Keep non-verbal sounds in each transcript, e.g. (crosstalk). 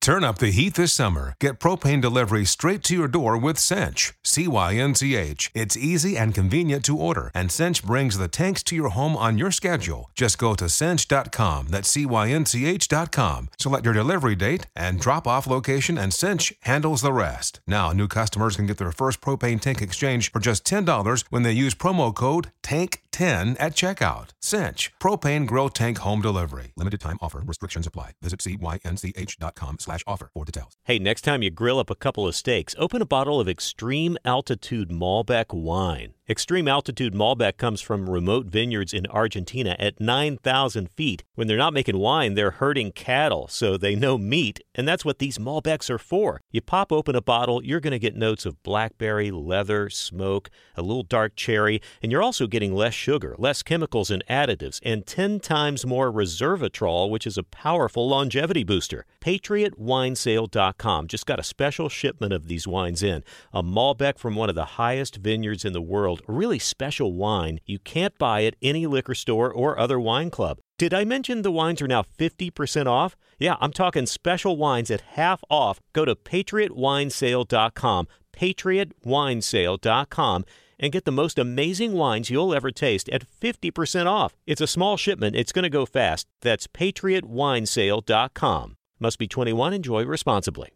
Turn up the heat this summer. Get propane delivery straight to your door with Cinch. C Y N C H. It's easy and convenient to order, and Cinch brings the tanks to your home on your schedule. Just go to cinch.com, that's C Y N C H.com, select your delivery date and drop off location, and Cinch handles the rest. Now, new customers can get their first propane tank exchange for just $10 when they use promo code TANK10 at checkout. Cinch, propane grow tank home delivery. Limited time offer, restrictions apply. Visit cynch.com slash offer for details. Hey, next time you grill up a couple of steaks, open a bottle of Extreme Altitude Malbec wine. Extreme Altitude Malbec comes from remote vineyards in Argentina at 9,000 feet. When they're not making wine, they're herding cattle, so they know meat, and that's what these Malbecs are for. You pop open a bottle, you're going to get notes of blackberry, leather, smoke, a little dark cherry, and you're also getting less sugar, less chemicals and additives, and 10 times more resveratrol, which is a powerful longevity booster. PatriotWinesale.com just got a special shipment of these wines in. A Malbec from one of the highest vineyards in the world, a really special wine. You can't buy at any liquor store or other wine club. Did I mention the wines are now 50% off? Yeah, I'm talking special wines at half off. Go to patriotwinesale.com, patriotwinesale.com, and get the most amazing wines you'll ever taste at 50% off. It's a small shipment, it's going to go fast. That's patriotwinesale.com. Must be 21, enjoy responsibly.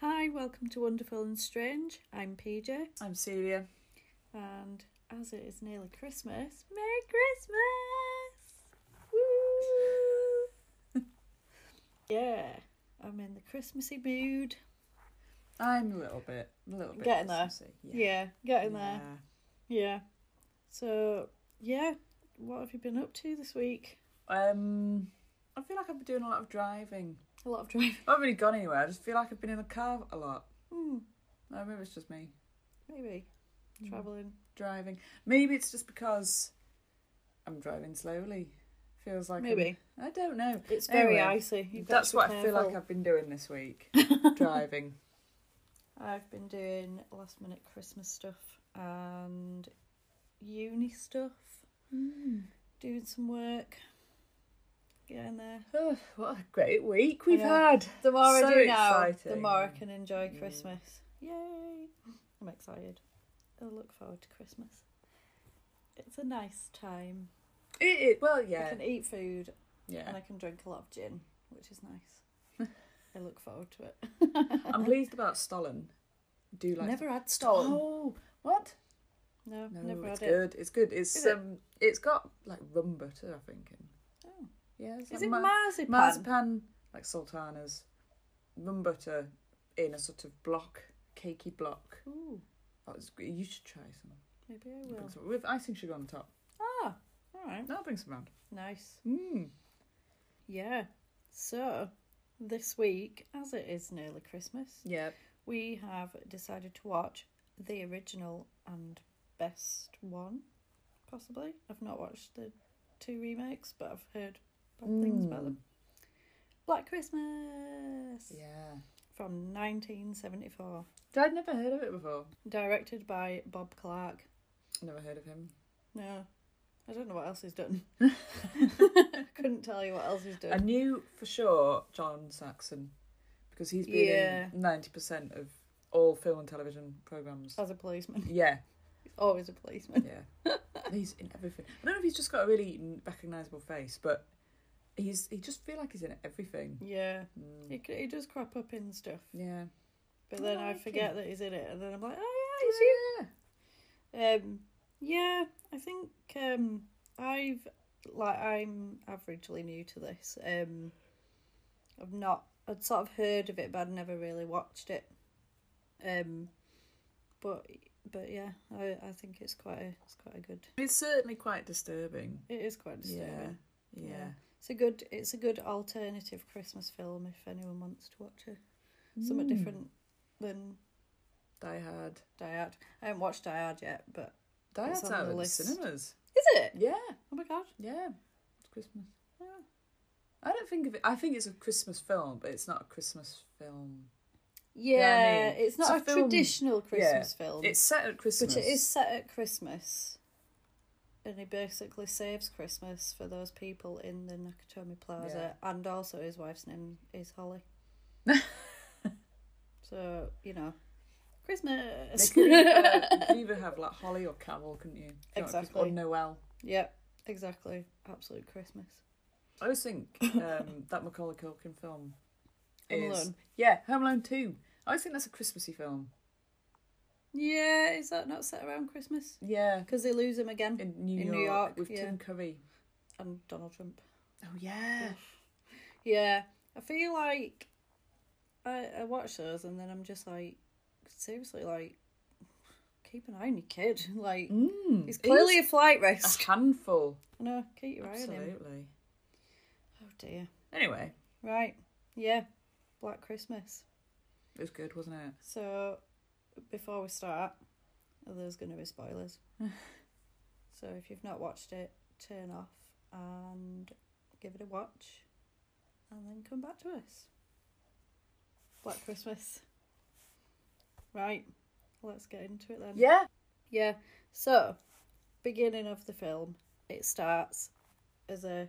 Hi, welcome to Wonderful and Strange. I'm PJ, I'm Celia. and as it is nearly Christmas, Merry Christmas! Woo! yeah, I'm in the Christmassy mood. I'm a little bit, a little bit. Getting there. Christmassy, Yeah, getting there. Yeah. So, yeah, what have you been up to this week? Yeah. Um, I feel like I've been doing a lot of driving. A lot of driving. (laughs) I haven't really gone anywhere. I just feel like I've been in the car a lot. No, maybe it's just me Hmm, Maybe. Hmm. Travelling. driving. Maybe it's just because I'm driving slowly. Feels like I'm- Maybe. I don't know. It's very Anyway, icy. You've got That's to be what I feel like careful. I've been doing this (laughs) week. driving. I've been doing last minute Christmas stuff and uni stuff, Mm. doing some work, getting there. Oh, what a great week I we've know. had. The more I So do now, the exciting. more I can enjoy Christmas. Yay! I'm excited. I look forward to Christmas. It's a nice time. It, it, well, I yeah. can eat food Yeah. and I can drink a lot of gin, which is (laughs) nice. I look forward to it. I'm pleased about Stollen. I do like Never had Stollen. Oh, what? No, No, never it's had it. good. It's good. It's Is it? um, it? has got like rum butter, I think. And, Oh. yeah, it's Is like it ma- marzipan? marzipan, like sultanas, rum butter in a sort of block, cakey block. Ooh, Oh, it's good. You should try some. maybe I I'll bring will. some- With icing sugar on top. Ah, all right. No, I'll bring some round. Nice. Mm. Yeah. So, this week, as it is nearly Christmas, Yeah. we have decided to watch the original and best one, possibly. I've not watched the two remakes, but I've heard bad things about them. Black Christmas Mm. Yeah. from 1974, I'd never heard of it before. directed by Bob Clark. Never heard of him. No, I don't know what else he's (laughs) done. (laughs) Couldn't tell you what else he's I done. knew for sure John Saxon because he's been Yeah. in ninety percent of all film and television programs. As a policeman, Yeah, always a policeman. yeah, (laughs) he's in everything. I don't know if he's just got a really recognizable face, but he's he just feel like he's in everything. Yeah, he, c- he does crop up in stuff, Yeah, but then I I like forget that he's in it, and then I'm like, oh yeah, yeah, he's you. Um, yeah, I think um, I've like I'm averagely new to this. Um, I've not, I'd sort of heard of it, but I'd never really watched it. Um, but but yeah, I I think it's quite a, it's quite a good. It's certainly quite disturbing. It is quite disturbing. Yeah, yeah. It's a good it's a good alternative Christmas film if anyone wants to watch it. Somewhat Mm. different than Die Hard. Dyad. I haven't watched Dyad yet, but Die It's Hard's on out the in the list. cinemas. is it? Yeah, Oh my god. yeah. It's Christmas. Yeah. I don't think of it. I think it's a Christmas film, but it's not a Christmas film. Yeah, Yeah, I mean, it's not it's a a film- traditional Christmas film, It's set at Christmas. but it is set at Christmas, and he basically saves Christmas for those people in the Nakatomi Plaza, and also his wife's name is (laughs) Holly. so you know, (laughs) They Christmas. could either, you could either have like Holly or Carol, couldn't you? Do you know, like, Exactly. Or Noel. yep, exactly. Absolute Christmas. I always think (laughs) um, that Macaulay Culkin film Home is Alone. yeah Home Alone two. I always think that's a Christmassy film. Yeah, is that not set around Christmas? Yeah, Because they lose him again in New, York, with yeah, Tim Curry. and Donald Trump. Oh yeah, Yeah, I feel like I, I watch those and then I'm just like, seriously, like, keep an eye on your kid. (laughs) Like, Mm. he's clearly a flight risk. a handful. No, keep your eye on him. Absolutely. Oh dear. Anyway, Right. Yeah. Black Christmas. it was good, wasn't it? So, before we start, there's going to be (laughs) spoilers. so, if you've not watched it, turn off and give it a watch and then come back to us. Black Christmas. Right, let's get into it then. Yeah. Yeah. So, beginning of the film, it starts as a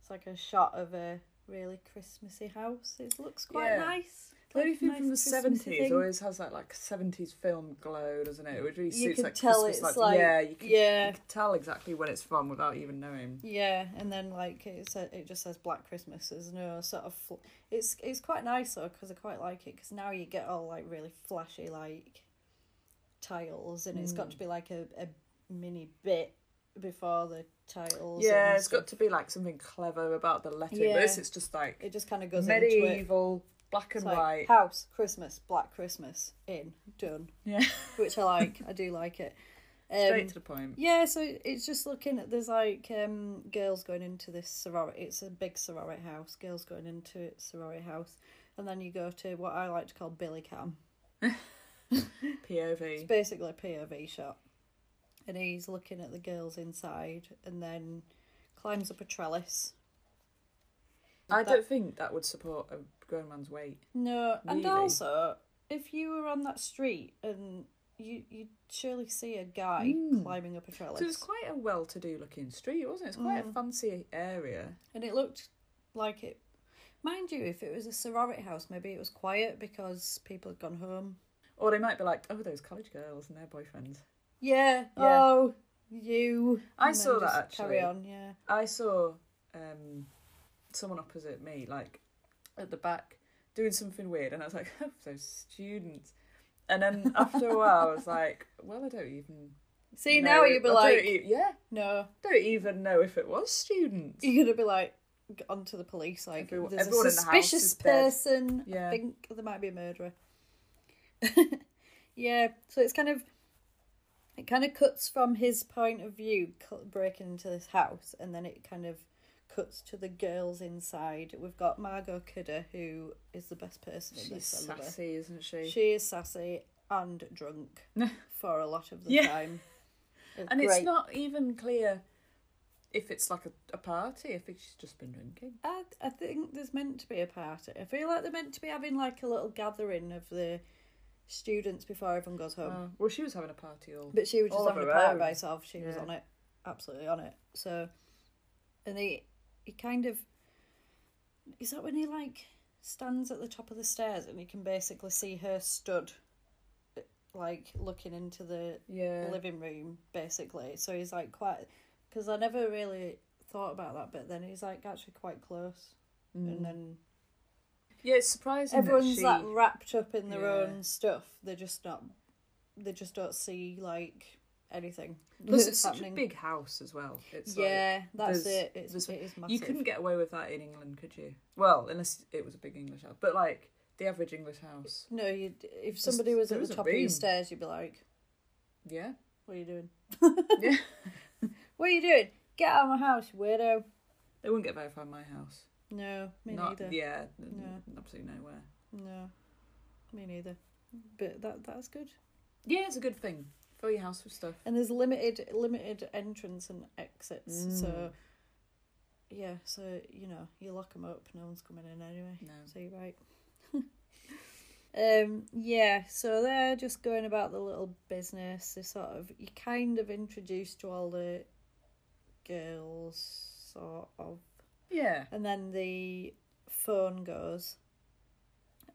it's like a shot of a really Christmassy house. It looks quite Yeah. nice. Like Anything nice from the Christmassy seventies thing. always has that like seventies film glow, doesn't it? It would really You suits can like tell Christmas, it's like, like- yeah, you can, yeah. you can tell exactly when it's from without even knowing. Yeah, and then like it sa it just says Black Christmas. There's no sort of fl- it's it's quite nice though because I quite like it because now you get all like really flashy like tiles and it's got Mm. to be like a, a mini bit before the tiles. Yeah, and it's got stuff. to be like something clever about the lettering. Yeah. But this it's just like It just kind of goes into it. medieval, black It's and like white. house Christmas Black Christmas in done, yeah, which I (laughs) like. I do like it. straight Um, to the point. Yeah, so it's just looking at there's like um girls going into this sorority. It's a big sorority house. Girls going into it, sorority house, and then you go to what I like to call Billy Cam. It's POV. basically a POV shot, and he's looking at the girls inside, and then climbs up a trellis. I that- don't think that would support a grown man's weight. No, and Really? also if you were on that street and you you'd surely see a guy climbing up a trellis. Hmm. So it's quite a well-to-do looking street, wasn't it? It's quite a Mm. fancy area. and it looked like it. Mind you, if it was a sorority house, maybe it was quiet because people had gone home. Or they might be like, oh, those college girls and their boyfriends. Yeah. Yeah. Oh, you. I And then saw that, just Carry actually. on. Yeah. I saw um, someone opposite me, like at the back, doing something weird, and I was like, (laughs) oh, those students. And then after a while, I was like, well, I don't even. See know- now you'd be I don't like, e- yeah, no. don't even know if it was students. You're gonna be like g- onto the police. Like Everyone- there's everyone a in the house is suspicious dead. person. I Yeah. think there might be a murderer. (laughs) yeah. So it's kind of. It kind of cuts from his point of view, cu- breaking into this house, and then it kind of cuts to the girls inside. We've got Margot Kidder, who is the best person in She's this. I love her. sassy, isn't she? She is sassy and drunk (laughs) for a lot of the Yeah. time. It's and great. it's not even clear if it's like a, a party. I think she's just been drinking. I, I think there's meant to be a party. I feel like they're meant to be having like a little gathering of the students before everyone goes home. Oh, well, she was having a party all. But she was just all of having a her party own. by herself. She was Yeah. on it, absolutely on it. So, and he he kind of is that when he like stands at the top of the stairs and he can basically see her stood, like looking into the Yeah. living room basically. So he's like quite because I never really thought about that, but then he's like actually quite close, Mm. and then Yeah, it's surprising. everyone's that she... like wrapped up in their Yeah. own stuff. They're just not. They just don't see like anything (laughs) Plus, that's it's such a happening. big house as well. It's yeah, like, that's there's- it. It's, there's- it is massive. You couldn't get away with that in England, could you? Well, unless it was a big English house, but like the average English house, No, you'd, if somebody was there at was the a top of your room. stairs, you'd be like, yeah, "What are you doing? (laughs) yeah, What are you doing? Get out of my house, you weirdo!" they wouldn't get very far in my house. No, me Not, neither. yeah, No. absolutely nowhere. No, me neither. But that that's good. Yeah, it's a good thing. Fill your house with stuff. and there's limited limited entrance and exits so yeah, so you know, you lock them up, no one's coming in anyway. No. So you're right. (laughs) um, yeah, so they're just going about the little business. They sort of you kind of introduced to all the girls, sort of, Yeah. and then the phone goes,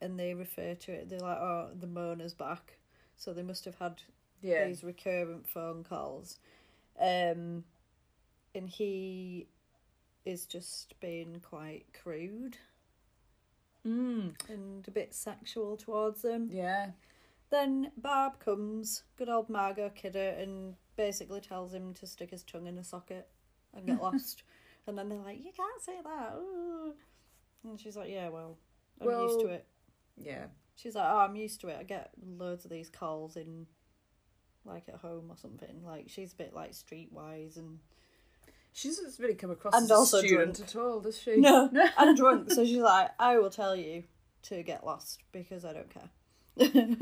and they refer to it. They're like, "Oh, the moaner's back," so they must have had Yeah. these recurrent phone calls. Um, and he is just being quite crude Mm. and a bit sexual towards them. Yeah. Then Barb comes, good old Margot Kidder, and basically tells him to stick his tongue in a socket and get (laughs) lost. And then they're like, You can't say that. Ooh. And she's like, Yeah, well, I'm used to Well- it. Yeah. She's like, oh, I'm used to it. I get loads of these calls in, like at home or something. Like she's a bit like streetwise and She doesn't really come across And as a also student drunk. at all, does (laughs) she? no, I'm drunk. So she's like, I will tell you to get lost because I don't care.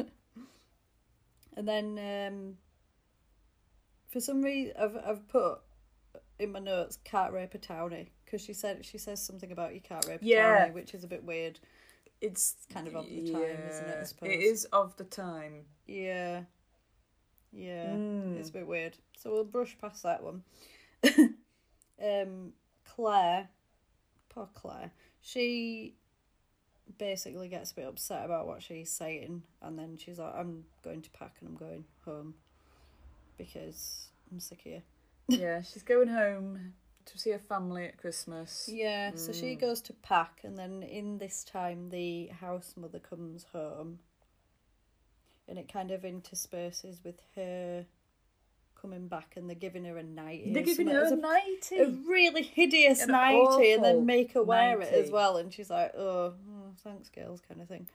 (laughs) and then, um, for some reason, I've I've put in my notes can't rape a townie because she said she says something about you can't rape a Yeah. townie, which is a bit weird. It's kind of of the time, isn't it, I Yeah. suppose? It is of the time. Yeah. Yeah. Mm. It's a bit weird. So we'll brush past that one. (laughs) um Claire. Poor Claire. She basically gets a bit upset about what she's saying and then she's like, I'm going to pack and I'm going home because I'm sick of you. yeah, she's going home to see her family at Christmas. Yeah, so she Mm. goes to pack, and then in this time, the house mother comes home, and it kind of intersperses with her coming back, and they're giving her a nightie. They're or giving something. her It's a a, nightie. a really hideous An nightie, and awful then make her wear it as nightie. well, and she's like, "Oh, oh, thanks, girls," kind of thing.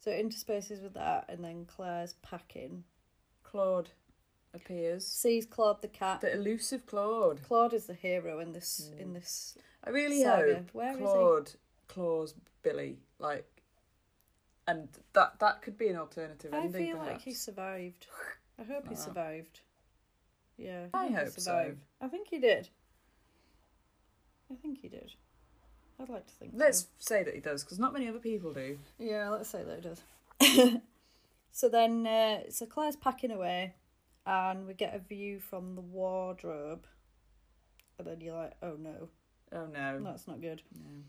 So it intersperses with that, and then Claire's packing, Claude appears. sees Claude the cat. The Mm. elusive Claude. Claude is the hero in this in this I really Saga. hope Where is he? Claude claws Billy like, and that that could be an alternative I ending. feel like perhaps. he survived. I hope he Like that. survived. Yeah. Ah. I think he hope so. survived. I think he did. I think he did. I'd like to think. Let's So. say that he does, because not many other people do. Yeah, let's say that he does. (laughs) so then, uh, so Claire's packing away, and we get a view from the wardrobe, and then you're like, oh no, Oh no. that's not good. No.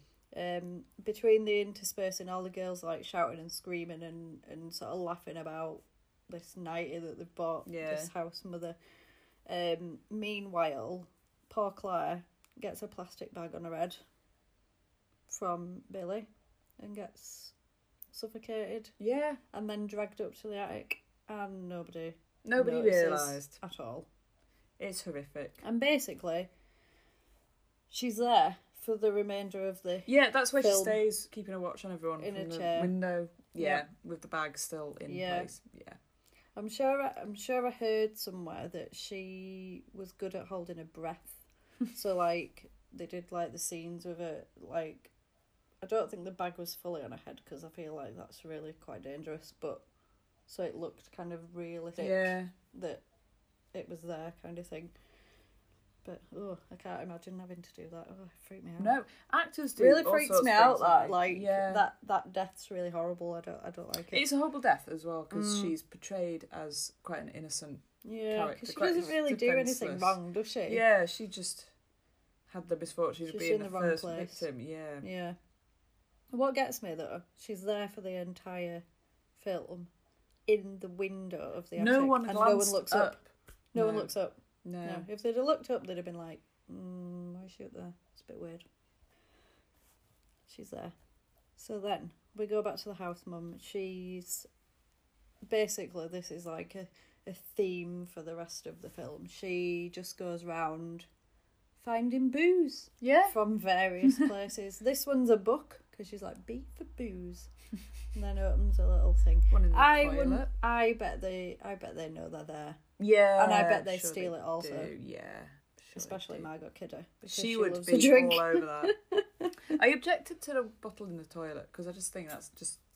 um, between the interspersing, all the girls like shouting and screaming and, and sort of laughing about this nightie that they've bought Yeah. this house mother. Um, meanwhile, poor Claire gets a plastic bag on her head from Billy and gets suffocated Yeah. and then dragged up to the attic and nobody Nobody notices realised. at all. It's horrific. And basically, she's there for the remainder of the Yeah, that's where she Film. stays, keeping a watch on everyone In from a the chair. window. Yeah, Yeah. with the bag still in Yeah. place. Yeah. I'm sure. I, I'm sure I heard somewhere that she was good at holding her (laughs) breath. so like they did like the scenes with it. Like I don't think the bag was fully on her head because I feel like that's really quite dangerous. But so it looked kind of realistic Yeah. that it was there kind of thing. But oh, I can't imagine having to do that. Oh, it freaked me out. No, actors do. really all freaks sorts me of out. things, That don't they? like yeah. that that death's really horrible. I don't I don't like it. It's a horrible death as well Mm. because she's portrayed as quite an innocent yeah, character, because she quite doesn't really do anything defenceless. wrong, does she? Yeah, she just had the misfortune of She's being in the, the wrong first place. victim. Yeah. Yeah. What gets me though, she's there for the entire film in the window of the No attic, one and glanced no one looks up. up. No, one No. looks up. No. No. If they'd have looked up, they'd have been like, mm, "Why is she up there? It's a bit weird." She's there. So then we go back to the house mum. She's basically this is like a a theme for the rest of the film. She just goes round finding booze Yeah. from (laughs) various places. This one's a book because she's like B for booze, and then opens a little thing. One in the I toilet. wouldn't. I bet they. I bet they know they're there, Yeah. and I bet they sure steal it also. do, Yeah. sure they especially do. Margot Kidder. because She, would loves be to drink. all over that. I objected to the bottle in the toilet because I just think that's just (laughs)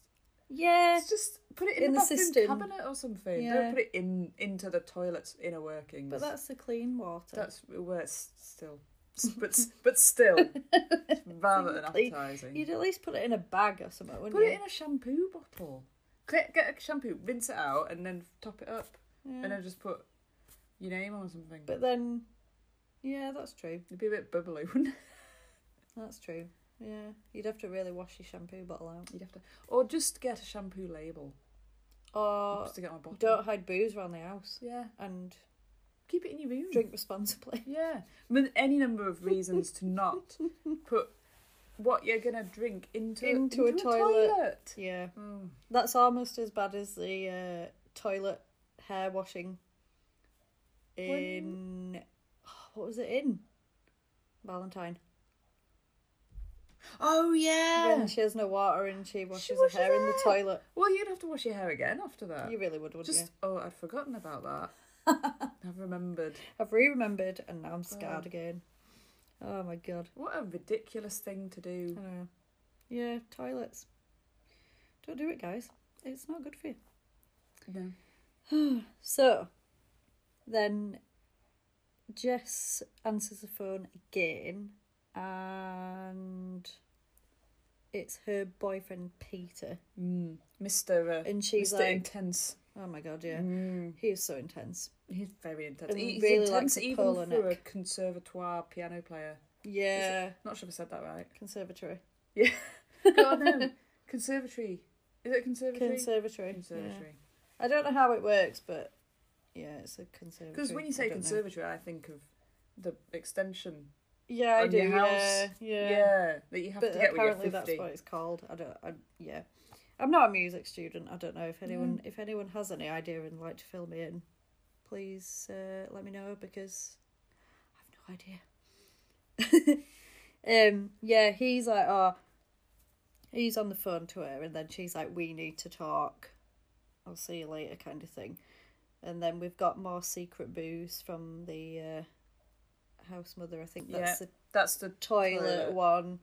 Yeah, it's just put it in, In the, the bathroom system. cabinet or something. Don't Yeah. put it in into the toilet's inner workings. but that's the clean water. (laughs) that's where it's still s- but s- but (laughs) still, it's rather Simply- unappetizing. You'd at least put it in a bag or something, wouldn't Put you? it in a shampoo bottle. Get, get a shampoo, rinse it out, and then top it up, and then just put your name on something. But then, yeah, that's true. It'd be a bit bubbly, (laughs) wouldn't it? That's true. Yeah, you'd have to really wash your shampoo bottle out. You'd have to, or just get a shampoo label Or just to get on a bottle. don't hide booze around the house Yeah, and keep it in your room. drink responsibly. (laughs) (laughs) Yeah, I mean, any number of reasons to not put what you're gonna drink into Into a toilet. toilet. Yeah, Mm. that's almost as bad as the uh, toilet hair washing in. oh, what was it in? Valentine. Oh yeah. When she has no water and she washes washes her hair in the her hair. toilet. Well, you'd have to wash your hair again after that. You really would, wouldn't Just you? oh, I'd forgotten (laughs) about that. I've remembered. I've re remembered and now I'm scared again. Oh my god. What a ridiculous thing to do. I know. Yeah, toilets. Don't do it, guys. It's not good for you. Oh, No. So, then Jess answers the phone again, and it's her boyfriend Peter. Mm. Mr. Uh, And she's Mr. like- intense. Oh my god, yeah. Mm. He is so intense. He's very intense. And He's really intense likes a even polo for a neck. conservatoire piano player. Is it- Yeah, Not sure if I said that right. conservatory. Yeah. God (laughs) no. Conservatory. Is it a conservatory? Conservatory. conservatory. yeah. I don't know how it works, but yeah, it's a conservatory. Because when you I say don't know. conservatory, I think of the extension. yeah, I on do. your house. Yeah, yeah. that you have but to get when you're apparently fifty. that's what it's called. I don't. I, yeah, I'm not a music student. I don't know if anyone Mm. if anyone has any idea and like to fill me in, please uh, let me know because I have no idea. (laughs) um. Yeah, he's like, oh, he's on the phone to her, and then she's like, we need to talk. I'll see you later, kind of thing. And then we've got more secret booze from the uh, house mother. I think Yeah, that's the that's the toilet, one.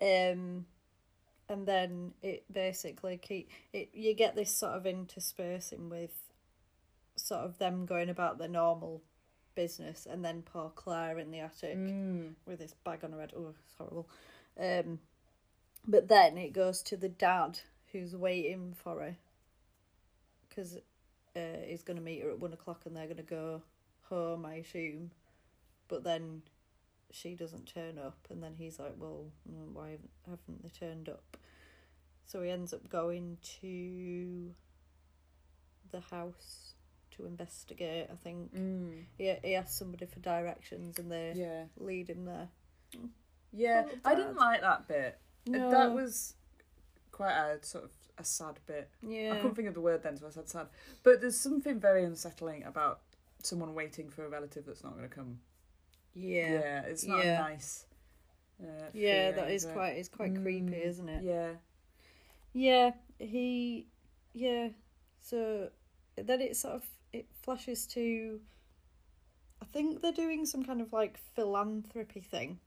Um, and then it basically keep it. You get this sort of interspersing with, sort of them going about their normal business, and then poor Claire in the attic with this bag on her head. Oh, it's horrible. Um, but then it goes to the dad who's waiting for her because uh, he's going to meet her at one o'clock and they're going to go home, I assume. But then she doesn't turn up, and then he's like, Well, mm, why haven't- haven't they turned up? So he ends up going to the house to investigate, I think. Mm. He, he asks somebody for directions and they Yeah, lead him there. yeah. Oh, I didn't Dad. like that bit. Uh, No. That was quite a sort of a sad bit. I Yeah. couldn't think of the word then, so I said sad. But there's something very unsettling about someone waiting for a relative that's not going to come. Yeah. Yeah, it's not Yeah. a nice. Uh, that feeling, is it? Mm. quite it's quite creepy, isn't it? Yeah. Yeah, he, yeah. So then it sort of it flashes to. I think they're doing some kind of like philanthropy thing.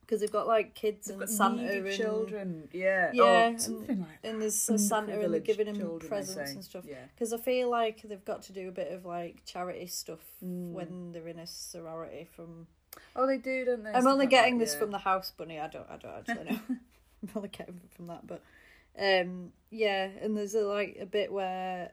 Because they've got like kids and But Santa needy and children. Yeah. Yeah, Oh, and- something like and there's a Santa and they're Underprivileged giving him children, they presents say. and stuff. Yeah. Because I feel like they've got to do a bit of like charity stuff Mm. when they're in a sorority. From Oh, they do, don't they? I'm only getting this from from the house bunny. I don't. I don't actually (laughs) know. (laughs) I'm only getting it from that, but um, yeah. And there's a, like a bit where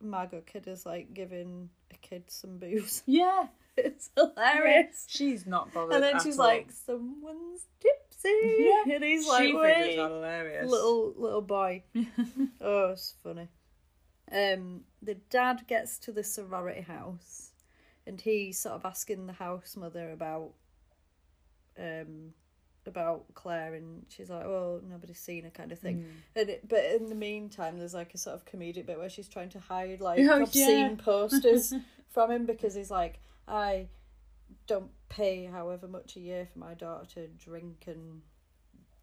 Margot Kid is like giving a kid some booze. (laughs) Yeah. it's (laughs) hilarious. She's not bothered. And then at she's all. like, "Someone's (laughs) tipsy," Yeah. (laughs) and he's she like, thinks "Wait." it's hilarious. little little (laughs) boy. oh, it's funny. Um, the dad gets to the sorority house, and he's sort of asking the house mother about, um, about Claire, and she's like, "Oh, nobody's seen her," kind of thing. Hmm. And it, but in the meantime, there's like a sort of comedic bit where she's trying to hide like (laughs) Oh, obscene yeah. (laughs) posters from him because he's like, "I don't pay however much a year for my daughter to drink and."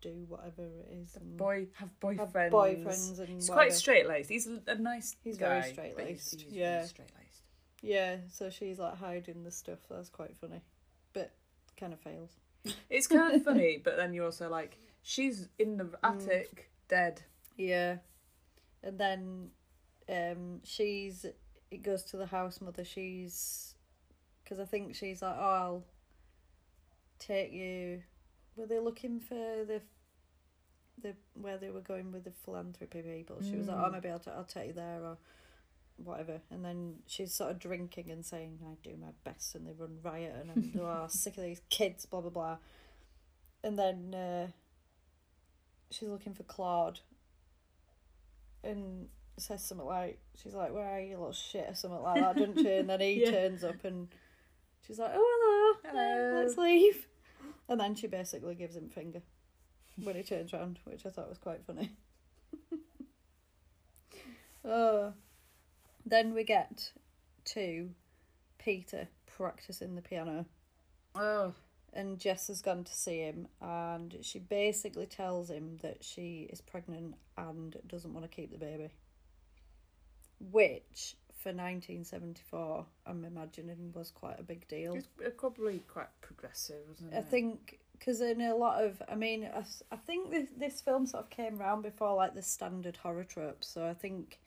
Do whatever it is. and- boy have boyfriends. boyfriends and he's whatever. quite straight laced. He's a, a nice. He's very guy, but straight-laced, He's, he's yeah. Very straight laced. Yeah, so she's like hiding the stuff. That's quite funny, but kind of fails. It's kind of funny, but then you're also like, she's (laughs) in Mm. the attic, dead. Yeah, and then um, she's it goes to the house mother. She's because I think she's like, oh, I'll take you. Were they looking for the the where they were going with the philanthropy people? She was like, "Oh, maybe I'll, t- I'll take you there or whatever." And then she's sort of drinking and saying, "I do my best," and they run riot, and I'm oh, sick of these kids, blah blah blah. And then uh, she's looking for Claude, and says something like, "She's like, where are you, little shit?" or something like that, doesn't she? And then he Yeah. turns up and. She's like, oh, hello, Hello. let's leave. And then she basically gives him finger when he turns round, which I thought was quite funny. (laughs) oh. Then we get to Peter practicing the piano, Oh, and Jess has gone to see him, and she basically tells him that she is pregnant and doesn't want to keep the baby. Which, for 1974, I'm imagining was quite a big deal. it's uh, probably quite progressive, wasn't it? I think because in a lot of, I mean, I, s- I think this this film sort of came round before like the standard horror tropes. So I think,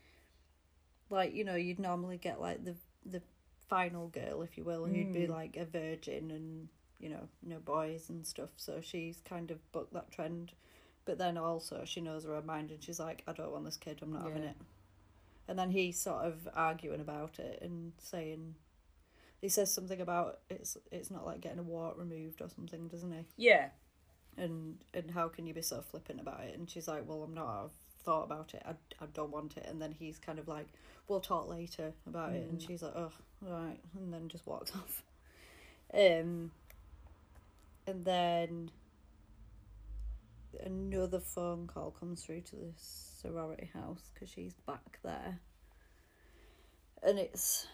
like you know, you'd normally get like the the final girl, if you will, who'd be like a virgin and you know no boys and stuff. So she's kind of bucked that trend, but then also she knows her own mind and she's like, I don't want this kid. I'm not having Yeah. it. And then he's sort of arguing about it and saying. He says something about it's it's not like getting a wart removed or something, doesn't he? Yeah. and and how can you be so flippant about it and she's like well i'm not i've thought about it i, I don't want it and then he's kind of like we'll talk later about it and she's like oh all right and then just walks (laughs) off um and then another phone call comes through to the sorority house because she's back there and it's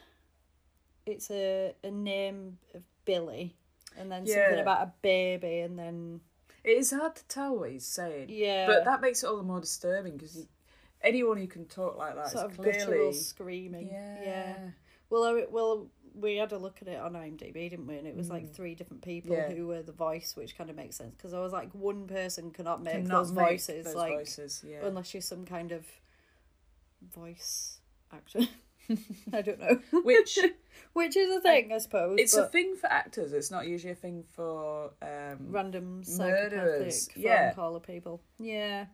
it's a, a name of billy and then something Yeah. about a baby and then It is hard to tell what he's saying. Yeah. But that makes it all the more disturbing because anyone who can talk like that is sort of literal clearly. screaming. Yeah. Well, I, well, we had a look at it on IMDb, didn't we? And it was like three different people Mm. Yeah. who were the voice, which kind of makes sense because I was like, one person cannot make Cannot those make voices, those like voices, yeah. unless you're some kind of voice actor. (laughs) I don't know, (laughs) Which which is a thing, I suppose. it's a but thing for actors. It's not usually a thing for um, random psychopathic Murderers, phone yeah. caller people. Yeah.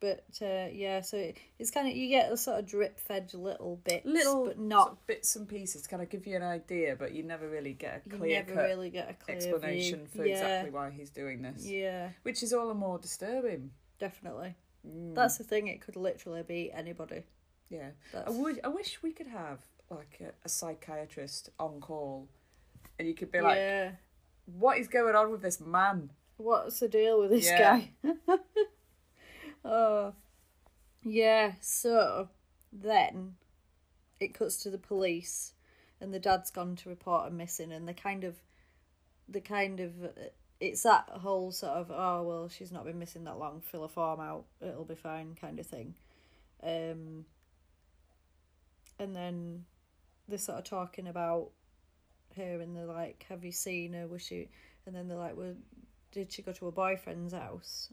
But uh, yeah, so it, it's kind of you get a sort of drip fed little bits, little but not sort of bits and pieces to kind of give you an idea, but you never really get a you clear never really get a clear explanation view. for yeah, exactly why he's doing this, Yeah, which is all the more disturbing. definitely. Mm. That's the thing. It could literally be anybody. Yeah, I That's- would. I wish we could have like a, a psychiatrist on call, and you could be like, yeah. "What is going on with this man?" What's the deal with this Yeah. guy? (laughs) oh, yeah. So then it cuts to the police, and the dad's gone to report a missing, and the kind of, the kind of, it's that whole sort of oh well she's not been missing that long. Fill a form out, it'll be fine, kind of thing. Um. And then they're sort of talking about her, and they're like, "Have you seen her? Was she?" And then they're like, "Well, did she go to her boyfriend's house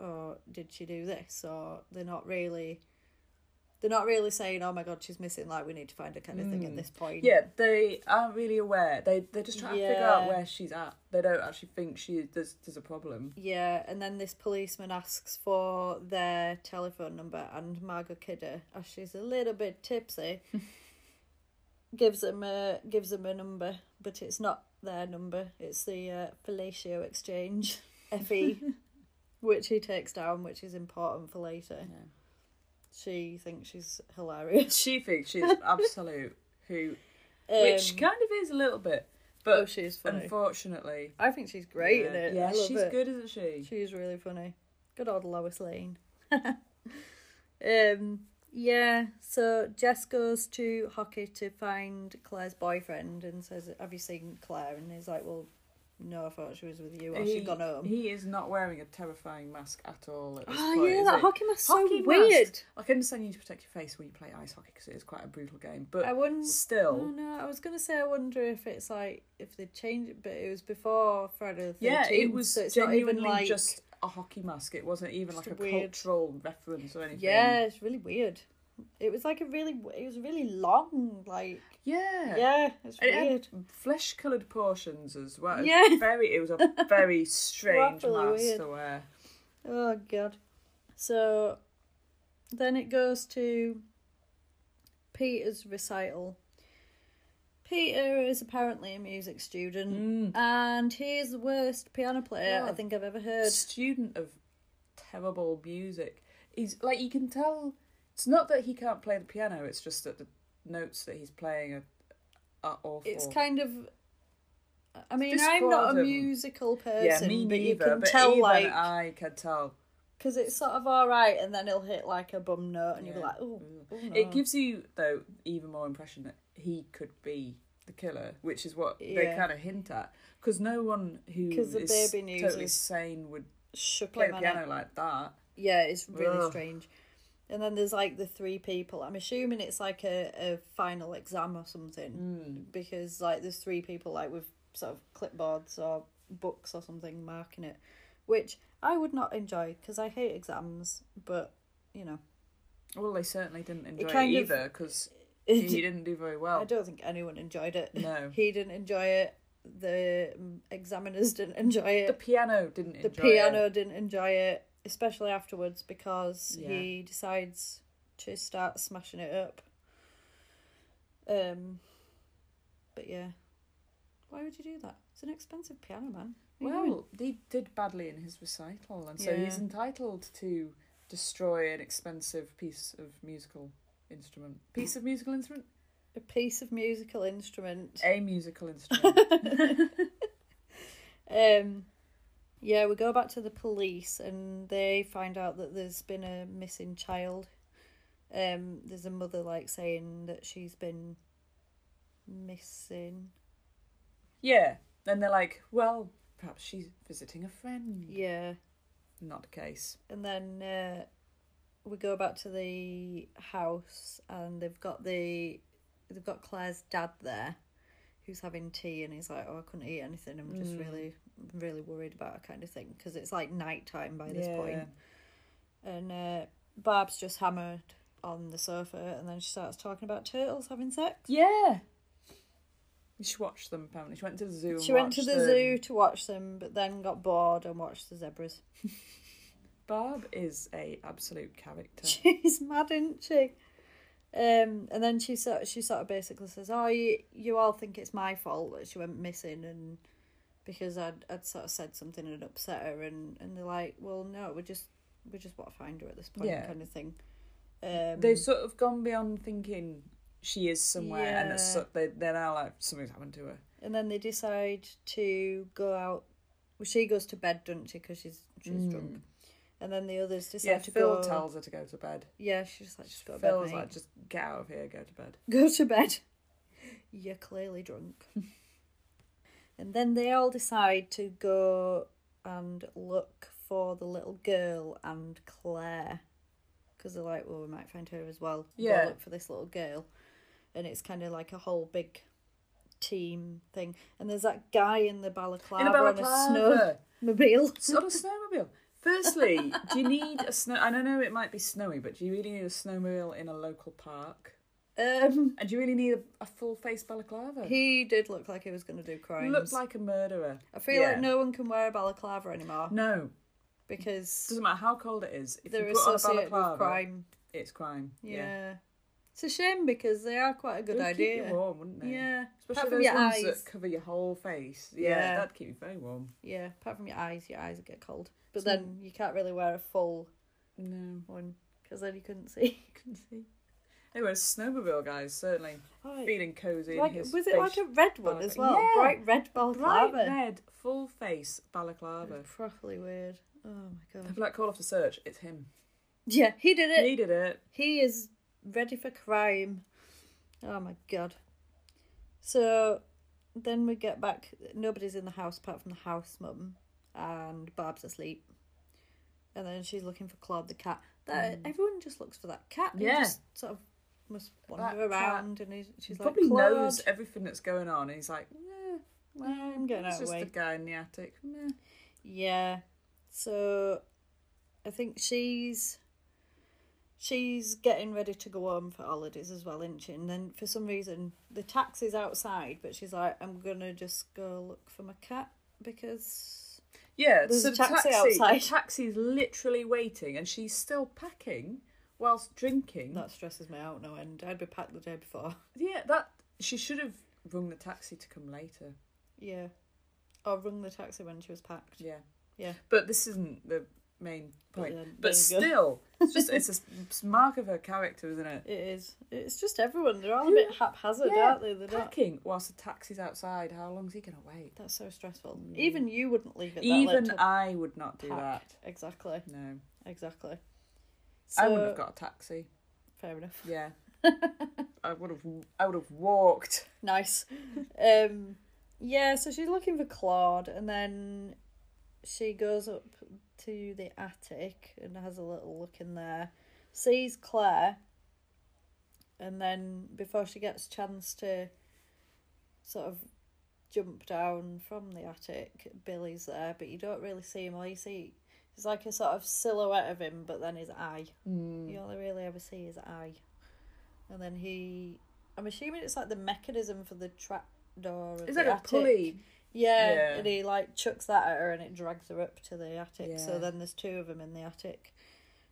or did she do this or they're not really they're not really saying oh my god she's missing like we need to find her kind of thing at this point Yeah, they aren't really aware. They they're just trying to figure out Yeah. where she's at. They don't actually think she there's there's a (laughs) problem. yeah and then this policeman asks for their telephone number and margot kidder as she's a little bit (laughs) tipsy gives him a gives him a number but it's not their number it's the uh, fellatio (laughs) exchange fe which he takes down which is important for later she thinks she's hilarious She (laughs) thinks she's absolute who, which Um, kind of is a little bit, but oh, she's funny. unfortunately, Um, I think she's great in yeah, it. yeah, I love she's it. good, isn't she? She's really funny. Good old Lois Lane. (laughs) um, yeah, so Jess goes to hockey to find Claire's boyfriend and says, Have you seen Claire? And he's like, Well, no, I thought she was with you or she'd gone home. he is not wearing a terrifying mask at all. At this Oh, point, yeah, is that he? hockey mask's so Hockey mask. weird. I can understand you need to protect your face when you play ice hockey because it is quite a brutal game, but I wouldn't. still. Oh, no, I was going to say, I wonder if it's like, if they change it, but it was before Friday the 13th. Yeah, it was so it's not genuinely even like. just a hockey mask. It wasn't even Just like a weird. cultural reference or anything. Yeah, it's really weird. It was like a really, it was really long, like Yeah. Yeah, it's And it had weird. flesh coloured portions as well. It was Yeah. Very. It (laughs) was a very strange Properly mask weird. to wear. Oh god. So then it goes to Peter's recital. Peter is apparently a music student and he is the worst piano player I Mm. God. think I've ever heard. student of terrible music. He's like you can tell. It's not that he can't play the piano. It's just that the notes that he's playing are, are awful. It's kind of I mean, Just I'm not a called him- musical person, yeah, me but you neither. can but tell even like I can tell. because it's sort of all right, and then he'll hit like a bum note, and you'll be Yeah. Mm. like, oh, oh no. It gives you though even more impression that he could be the killer, which is what they Yeah. kind of hint at. Because no one who 'Cause is the baby news totally is- sane would shook play him the and I- piano like that. Yeah, it's really Ugh. strange. And then there's like the three people. I'm assuming it's like a, a final exam or Hmm. something because like there's three people like with sort of clipboards or books or something marking it, which I would not enjoy because I hate exams. But you know, Well, they certainly didn't enjoy it, kind of- either (laughs) because he didn't do very well. I don't think anyone enjoyed it. No. he didn't enjoy it. The um, examiners didn't enjoy it. The piano didn't the enjoy piano it. didn't enjoy it, especially afterwards because Yeah. he decides to start smashing it up. Um, but yeah, why would you do that? It's an expensive piano, man. What are you doing? Well, he did badly in his recital, and so he's Yeah. entitled to destroy an expensive piece of musical instrument. Piece of musical instrument? a piece of musical instrument. A musical instrument. Eh. Um, yeah, we go back to the police and they find out that there's been a missing child. Um, there's a mother like saying that she's been missing. yeah. Then they're like, well, perhaps she's visiting a friend. Yeah. Not the case. And then uh, we go back to the house, and they've got the they've got Claire's dad there, who's having tea, and he's like, "Oh, I couldn't eat anything. I'm Mm. just really, really worried about it," kind of thing, because it's like night time by this Yeah. point. And uh, Barb's just hammered on the sofa, and then she starts talking about turtles having sex. Yeah. She watched them apparently. She went to the zoo. and She went to watched the them. zoo to watch them, but then got bored and watched the zebras. Barb is a absolute (laughs) character. She's mad, isn't she? Um, and then she sort she sort of basically says, "Oh, you, you all think it's my fault that she went missing, and because I'd I'd sort of said something and upset her, and, and they're like, well, no, we just we just want to find her at this point, Yeah. kind of thing." Um, They've sort of gone beyond thinking she is somewhere, and it's Yeah. so, they, they're now like something's happened to her. and then they decide to go out. Well, she goes to bed, doesn't she? Because she's she's drunk. And then the others decide Mm. yeah, to Phil go. tells her to go to bed. yeah, she's just like, just go to bed, Phil's mate. like, just get out of here, go to bed. go to bed. You're clearly drunk. (laughs) and then they all decide to go and look for the little girl and Claire. Because they're like, well, we might find her as well. Go Yeah. look for this little girl. And it's kind of like a whole big team thing. And there's that guy in the balaclava, In (laughs) a balaclava. and a snowmobile. It's on a snowmobile. Firstly, do you need a snow? I don't know it might be snowy, but do you really need a snowmobile in a local park? (laughs) um, And do you really need a, a full face balaclava? he did look like he was going to do He crimes. looks like a murderer. I feel Yeah. like no one can wear a balaclava anymore No, because doesn't matter how cold it is. If they're you put on a associated balaclava, with crime. it's crime. Yeah. It's a shame because they are quite a good It would idea. Keep you warm, wouldn't it? Yeah. Especially apart from those your ones eyes. that cover your whole face. Yeah, Yeah. that'd keep you very warm. Yeah, apart from your eyes, your eyes would get cold. But then you can't really wear a full No, one because then you couldn't (laughs) see. couldn't see. Anyway, snowmobile guys certainly Right. feeling cozy. in Like, his was it like face a red one as well? balaclava. Yeah. Bright red balaclava. bright red full face balaclava? Properly weird. Oh my god. I'd like call off the search. It's him. Yeah, he did it. Needed it. He is ready for crime. Oh my god. So then we get back. Nobody's in the house apart from the house mum, and Barb's asleep. And then she's looking for Claude the cat. That everyone just looks for that cat. He Mm. Yeah. just sort of must wander That cat around, and he's, she's like, Probably Claude. knows everything that's going on. And he's like, yeah, well, I'm getting it's out of just the way." the guy in the attic. Meh. Yeah. So I think she's she's getting ready to go home for holidays as well, isn't she? And then for some reason, the taxi's outside, but she's like, I'm gonna just go look for my cat because Yeah, There's so a taxi the taxi, outside. the (laughs) taxi's literally waiting, and she's still packing whilst drinking. that stresses me out no end. I'd be packed the day before. (laughs) Yeah, that she should have rung the taxi to come later. Yeah. Or rung the taxi when she was packed. Yeah, Yeah. but this isn't the main But point. then- But there you go. still, it's just (laughs) it's a s- s- mark of her character, isn't it? It is. It's just everyone. They're all a bit haphazard, aren't they? They're not. packing whilst the taxi's outside. How long's he gonna wait? That's so stressful. Even you wouldn't leave it that late Hmm. Even to I would not do pack. that. Exactly. No, Exactly. I wouldn't have So- got a taxi. Fair enough. Yeah, (laughs) I would have. I would have walked. Nice. (laughs) um, yeah, so she's looking for Claude, and then she goes up to the attic and has a little look in there, sees Claire, and then before she gets chance to sort of jump down from the attic, Billy's there, but you don't really see him. All you see is like a sort of silhouette of him, but then his eye. Mm. You only really ever see his eye. And then he, I'm assuming it's like the mechanism for the trap door. of Is the that a attic. pulley? Yeah, Yeah. and he like chucks that at her, and it drags her up to the attic. Yeah. So then there's two of them in the attic.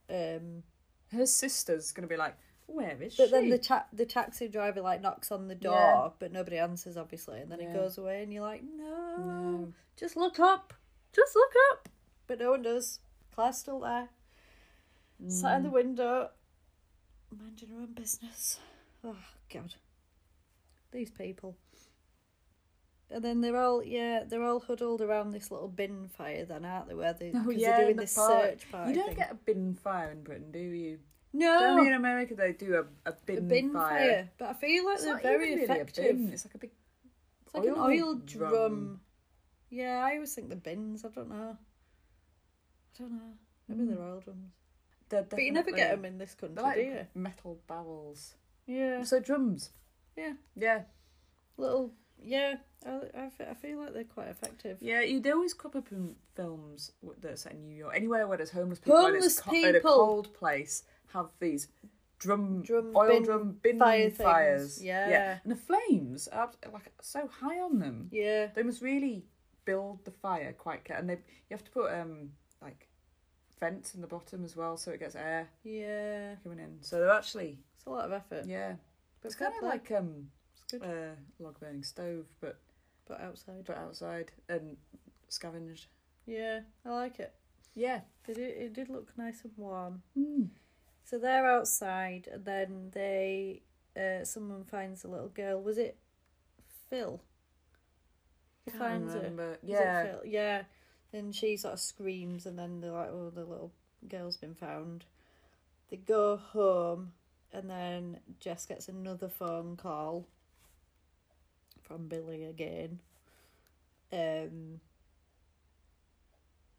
Um, Her sister's gonna be like, "Where is but she?" then the ta- the taxi driver like knocks on the door, Yeah. but nobody answers, obviously. And then Yeah. it goes away, and you're like, no, No. just look up, just look up. But no one does. Claire's still there, sat Mm. in the window, minding her own business. Oh God, these people. And then they're all yeah, they're all huddled around this little bin fire, then aren't they? Where they because they're doing Oh, in the this park. search party. You don't thing. get a bin fire in Britain, do you? no Only in America they do a, a bin, a bin fire. fire. but I feel like It's they're not very even really a effective. bin, It's like a big. It's like an oil drum. Yeah, I always think the bins. I don't know. I don't know. Mm. Maybe they're oil drums. They're But you never get definitely- them in this country, They're like do you? metal barrels. Yeah, So drums. yeah. Yeah. Little. Yeah, I, I, fe- I feel like they're quite effective. Yeah, you they always crop up in films w- that's set in New York, anywhere where there's homeless people and Homeless it's co- in a people. cold place have these drum, Drum oil bin drum bin fire things. fires. Yeah. and the flames are abs- like so high on them. Yeah. They must really build the fire quite care, and they you have to put um like vents in the bottom as well so it gets air Yeah. coming in. So they're actually It's a lot of effort. yeah, But it's kind of fair play. like um It's good. a log burning stove, but but outside. but outside and scavenged. Yeah, I like it. Yeah. It, did- it did look nice and warm. Mm. So they're outside, and then they, uh, someone finds a little girl. Was it Phil? He finds her. Is it Yeah. Phil? Yeah. Then she sort of screams, and then they're like, "Oh, the little girl's been found." They go home, and then Jess gets another phone call from Billy again. Um.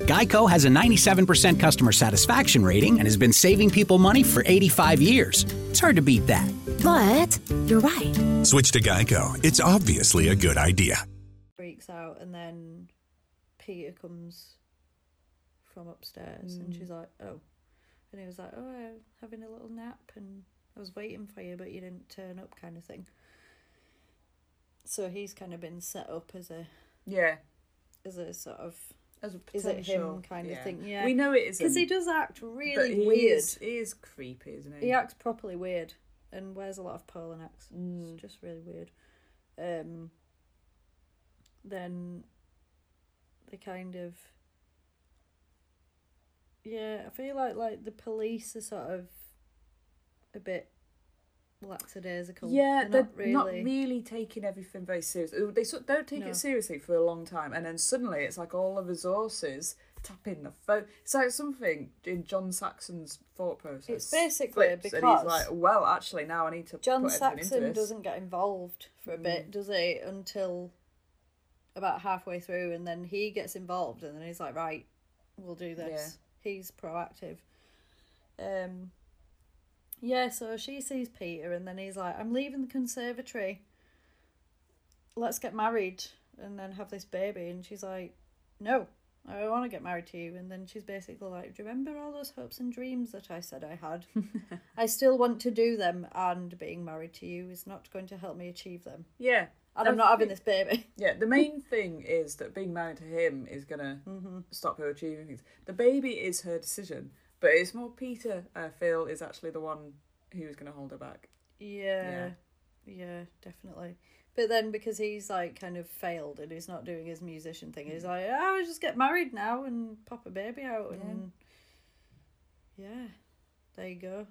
Geico has a 97% customer satisfaction rating and has been saving people money for 85 years. It's hard to beat that. But you're right. Switch to Geico. It's obviously a good idea. freaks out, and then Peter comes from upstairs, and she's Mm. like, "Oh," and he was like, "Oh, I'm having a little nap, and I was waiting for you, but you didn't turn up," kind of thing. So he's kind of been set up as a Yeah. as a sort of As a Is it him potential. kind of thing? Yeah. We know it isn't. because he does act but really he weird. Is, he is creepy, isn't he? He acts properly weird and wears a lot of Poland accents. Mm. It's just really weird. Um, then they kind of yeah, I feel like like the police are sort of a bit lackadaisical. Yeah, they're, they're not really. taking everything very seriously. They sort don't take No. it seriously for a long time, and then suddenly it's like all the resources tapping the phone. It's like something in John Saxon's thought process. It's basically and he's because- like, well, actually, now I need to. John put everything into Saxon this." Mm. doesn't get involved for a bit, does he? Until about halfway through, and then he gets involved, and then he's like, "Right, we'll do this." He's proactive. Um. Yeah, so she sees Peter, and then he's like, "I'm leaving the conservatory. Let's get married, and then have this baby." And she's like, "No." I want to get married to you, and then she's basically like, "Do you remember all those hopes and dreams that I said I had?" I still want to do them, and being married to you is not going to help me achieve them. Yeah, And I'm not having this baby. Yeah, the main thing is that being married to him is gonna Mm-hmm. stop her achieving things. The baby is her decision, but it's more Peter. I feel is actually the one who's gonna hold her back. Yeah, yeah, definitely. But then because he's like kind of failed and he's not doing his musician thing, he's like, oh, I'll just get married now and pop a baby out. And yeah, there you go.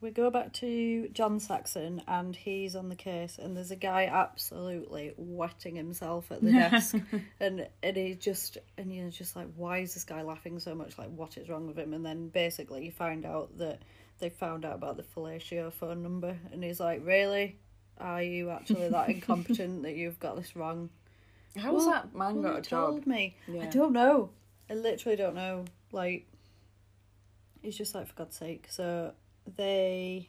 We go back to John Saxon and he's on the case and there's a guy absolutely wetting himself at the desk and and he's just and you're just like why is this guy laughing so much like what is wrong with him and then basically you find out that they found out about the fellatio phone number and he's like really are you actually that incompetent that you've got this wrong How was Well, that man well, got a he told job? me. I Yeah. don't know. I literally don't know. Like, it's just like for God's sake. So they.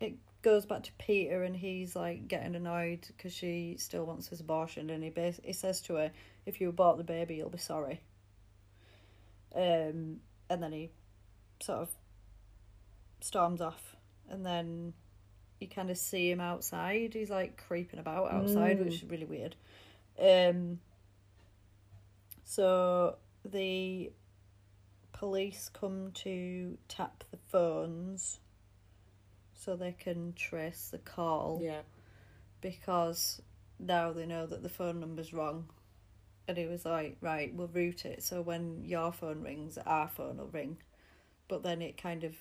It goes back to Peter, and he's like getting annoyed because she still wants this abortion, and he bas- he says to her, "If you abort the baby, you'll be sorry." Um, and then he sort of storms off, and then you kind of see him outside. He's like creeping about outside, which is really weird. Um, so the police come to tap the phones so they can trace the call Yeah, because now they know that the phone number's wrong. And he was like, right, we'll route it so when your phone rings, our phone will ring. But then it kind of,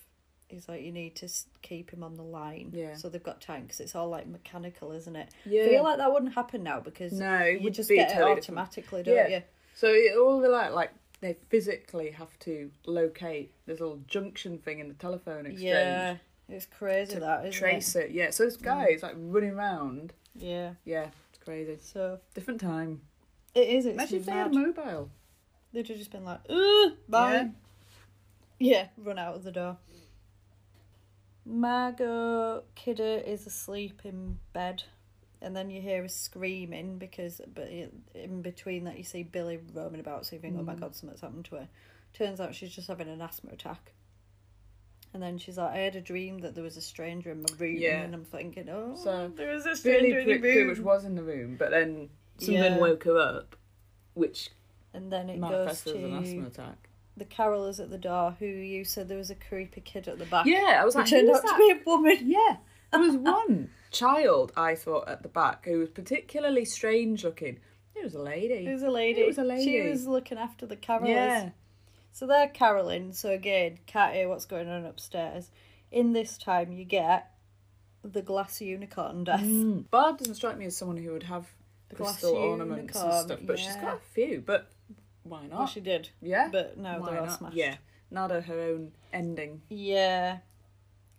he's like, you need to s- keep him on the line. Yeah. So they've got time because it's all like mechanical, isn't it? Yeah. I feel like that wouldn't happen now because No, it you would just be get totally it different. automatically, don't you? So it all like like they physically have to locate this little junction thing in the telephone exchange Yeah. It's crazy to that, isn't trace it? Mm. it. Yeah. So this guy is like running around. Yeah. Yeah, it's crazy. So Different time. it is. It's Imagine if they mad. had a mobile. They'd have just been like, ooh, bye. Yeah. Yeah. run out of the door. Margot Kidder is asleep in bed, and then you hear her screaming because, but i- in between that, you see Billy roaming about, so you think, oh Mm. my god, something's happened to her. Turns out she's just having an asthma attack. And then she's like, I had a dream that there was a stranger in my room, Yeah. and I'm thinking, oh, So there was a stranger Billy in your pretty, room. pretty much was in the room, but then something Yeah. woke her up, which and then it goes manifested as an asthma to attack. the carolers at the door who you said there was a creepy kid at the back. Yeah, I was Who like, turned "Who's out that?" to be a woman. Yeah, there (laughs) was one child I thought at the back who was particularly strange looking. It was a lady. It was a lady. It was a lady. She was looking after the carolers. yeah, So they're caroling. So again, can't hear what's going on upstairs. In this time, you get the glass unicorn death. Mm. Barb doesn't strike me as someone who would have The glass crystal ornaments unicorn, and stuff, but she's yeah. got a few. But why not? Well, she did. yeah, But no, Why they're all not? smashed. Yeah, Nada her own ending. Yeah.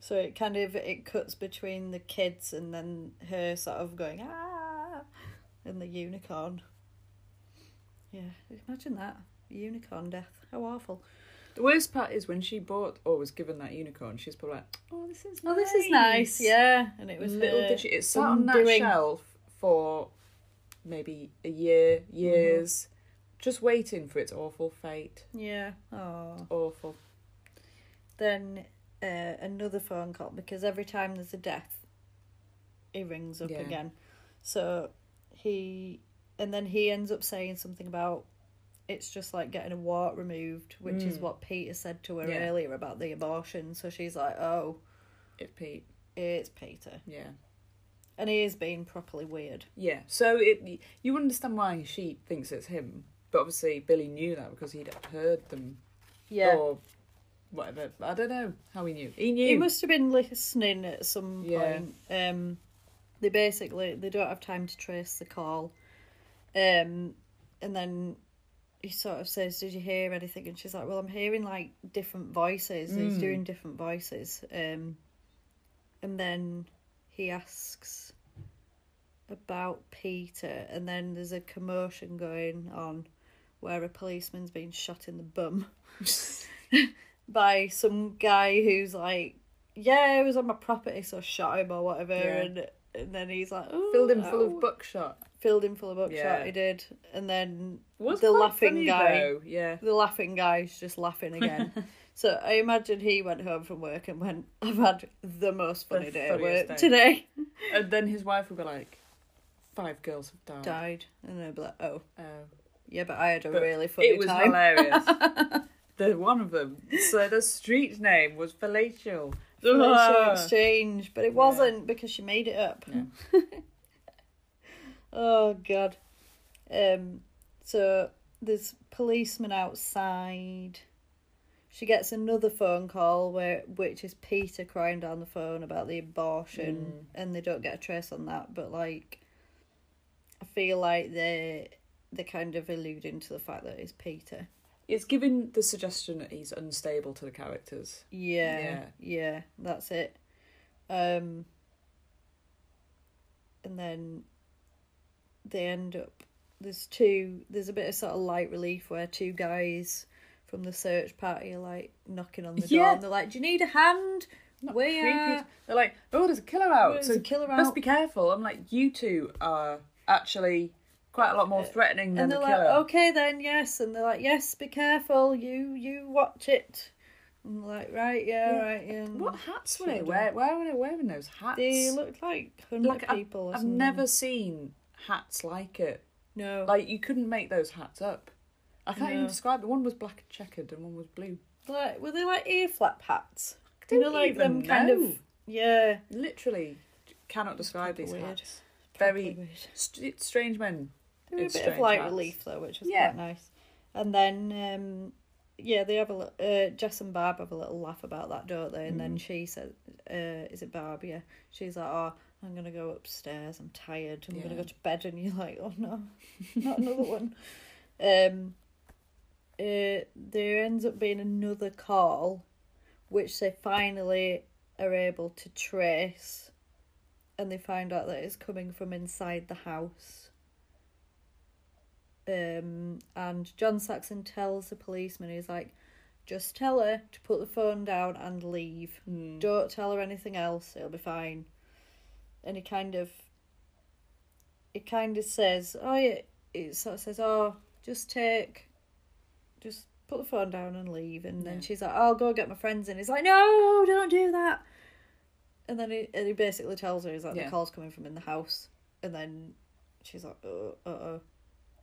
So it kind of it cuts between the kids and then her sort of going ah, and the unicorn. Yeah, imagine that unicorn death. How awful. The worst part is when she bought or was given that unicorn. She's probably like, "Oh, this is Oh, this is nice. Yeah, and it was Little her did she, it sat on that undoing. shelf for maybe a year, years, just waiting for its awful fate. Yeah. Oh. Awful. Then uh, another phone call because every time there's a death, he rings up Yeah. again. So he and then he ends up saying something about it's just like getting a wart removed, which is what Peter said to her Hmm. Yeah. earlier about the abortion. So she's like, "Oh, It Pete. it's Peter," Yeah. and he is being properly weird. Yeah. So it you understand why she thinks it's him, but obviously Billy knew that because he'd heard them or whatever. I don't know how he knew. He knew. He must have been listening at some Yeah. point. Um, they basically they don't have time to trace the call, um, and then he sort of says, "Did you hear anything?" And she's like, "Well, I'm hearing like different voices. He's doing different voices." Um, and then he asks about Peter, and then there's a commotion going on where a policeman's been shot in the (laughs) bum by some guy who's like, yeah, it was on my property, so I shot him or whatever, Yeah. and and then he's like, "Ooh, filled him full ow." of buckshot. filled him full of buckshot. Yeah. He did, and then Was the quite laughing funny, guy, though, Yeah. the laughing guy's just laughing (laughs) again. so I imagine he went home from work and went, "I've had the most funny day at work funniest day." today." And then his wife would be like, five girls have died. Died, and I'd be like, "Oh, Oh. yeah, but I had a But really funny It was time." (laughs) hilarious. the one of them. So the street name was Ah. Fellatio. (laughs) Felicia exchange, but it wasn't because she made it up. (laughs) oh god. Um. So there's policemen outside. She gets another phone call where which is Peter crying down the phone about the abortion, Mm. and they don't get a trace on that. But like, I feel like they they're kind of alluding to the fact that it's Peter. It's giving the suggestion that he's unstable to the characters. Yeah, yeah, Yeah. that's it. Um, and then they end up. There's two. There's a bit of sort of light relief where two guys from the search party are like knocking on the door Yeah. and they're like, "Do you need a hand? we Creepy. are." They're like, oh, there's a killer out. There's so a killer out." Must be careful. I'm like, you two are actually quite a lot more threatening than Uh, And the they're killer. like, "Okay, then, yes." And they're like, "Yes, be careful. You you watch it." I'm like, "Right, yeah, right." Yeah. What hats were they Should've wearing? Why were they wearing those hats? They looked like hundred like I've- people. or I've, something. never seen hats like it. no Like you couldn't make those hats up. I can't even No. describe. it. One was black and checkered, and one was blue. like were they like ear flap hats? I you know, don't like them even kind know. of yeah. Literally, cannot describe proper these weird. hats. Proper Very weird. st- strange men. They were a in bit of strange light hats. relief though, which was Yeah. quite nice. And then um, yeah, they have a li- uh, Jess and Barb have a little laugh about that, don't they? And then Mm. she said, uh, "Is it Barb? Yeah." She's like, "Oh, I'm gonna go upstairs. I'm tired. I'm gonna Yeah. go to bed." And you're like, "Oh no, (laughs) not another one." Um, uh, there ends up being another call, which they finally are able to trace, and they find out that it's coming from inside the house. Um, and John Saxon tells the policeman, he's like, just tell her to put the phone down and leave. Don't tell her anything else, it'll be fine. And he kind of, it kind of says, oh, yeah, it sort of says, oh, just take, just put the phone down and leave. And then she's like, I'll go get my friends in. He's like, no, don't do that. And then he, and he basically tells her, he's like, Yeah. the call's coming from in the house. And then she's like, oh, uh oh.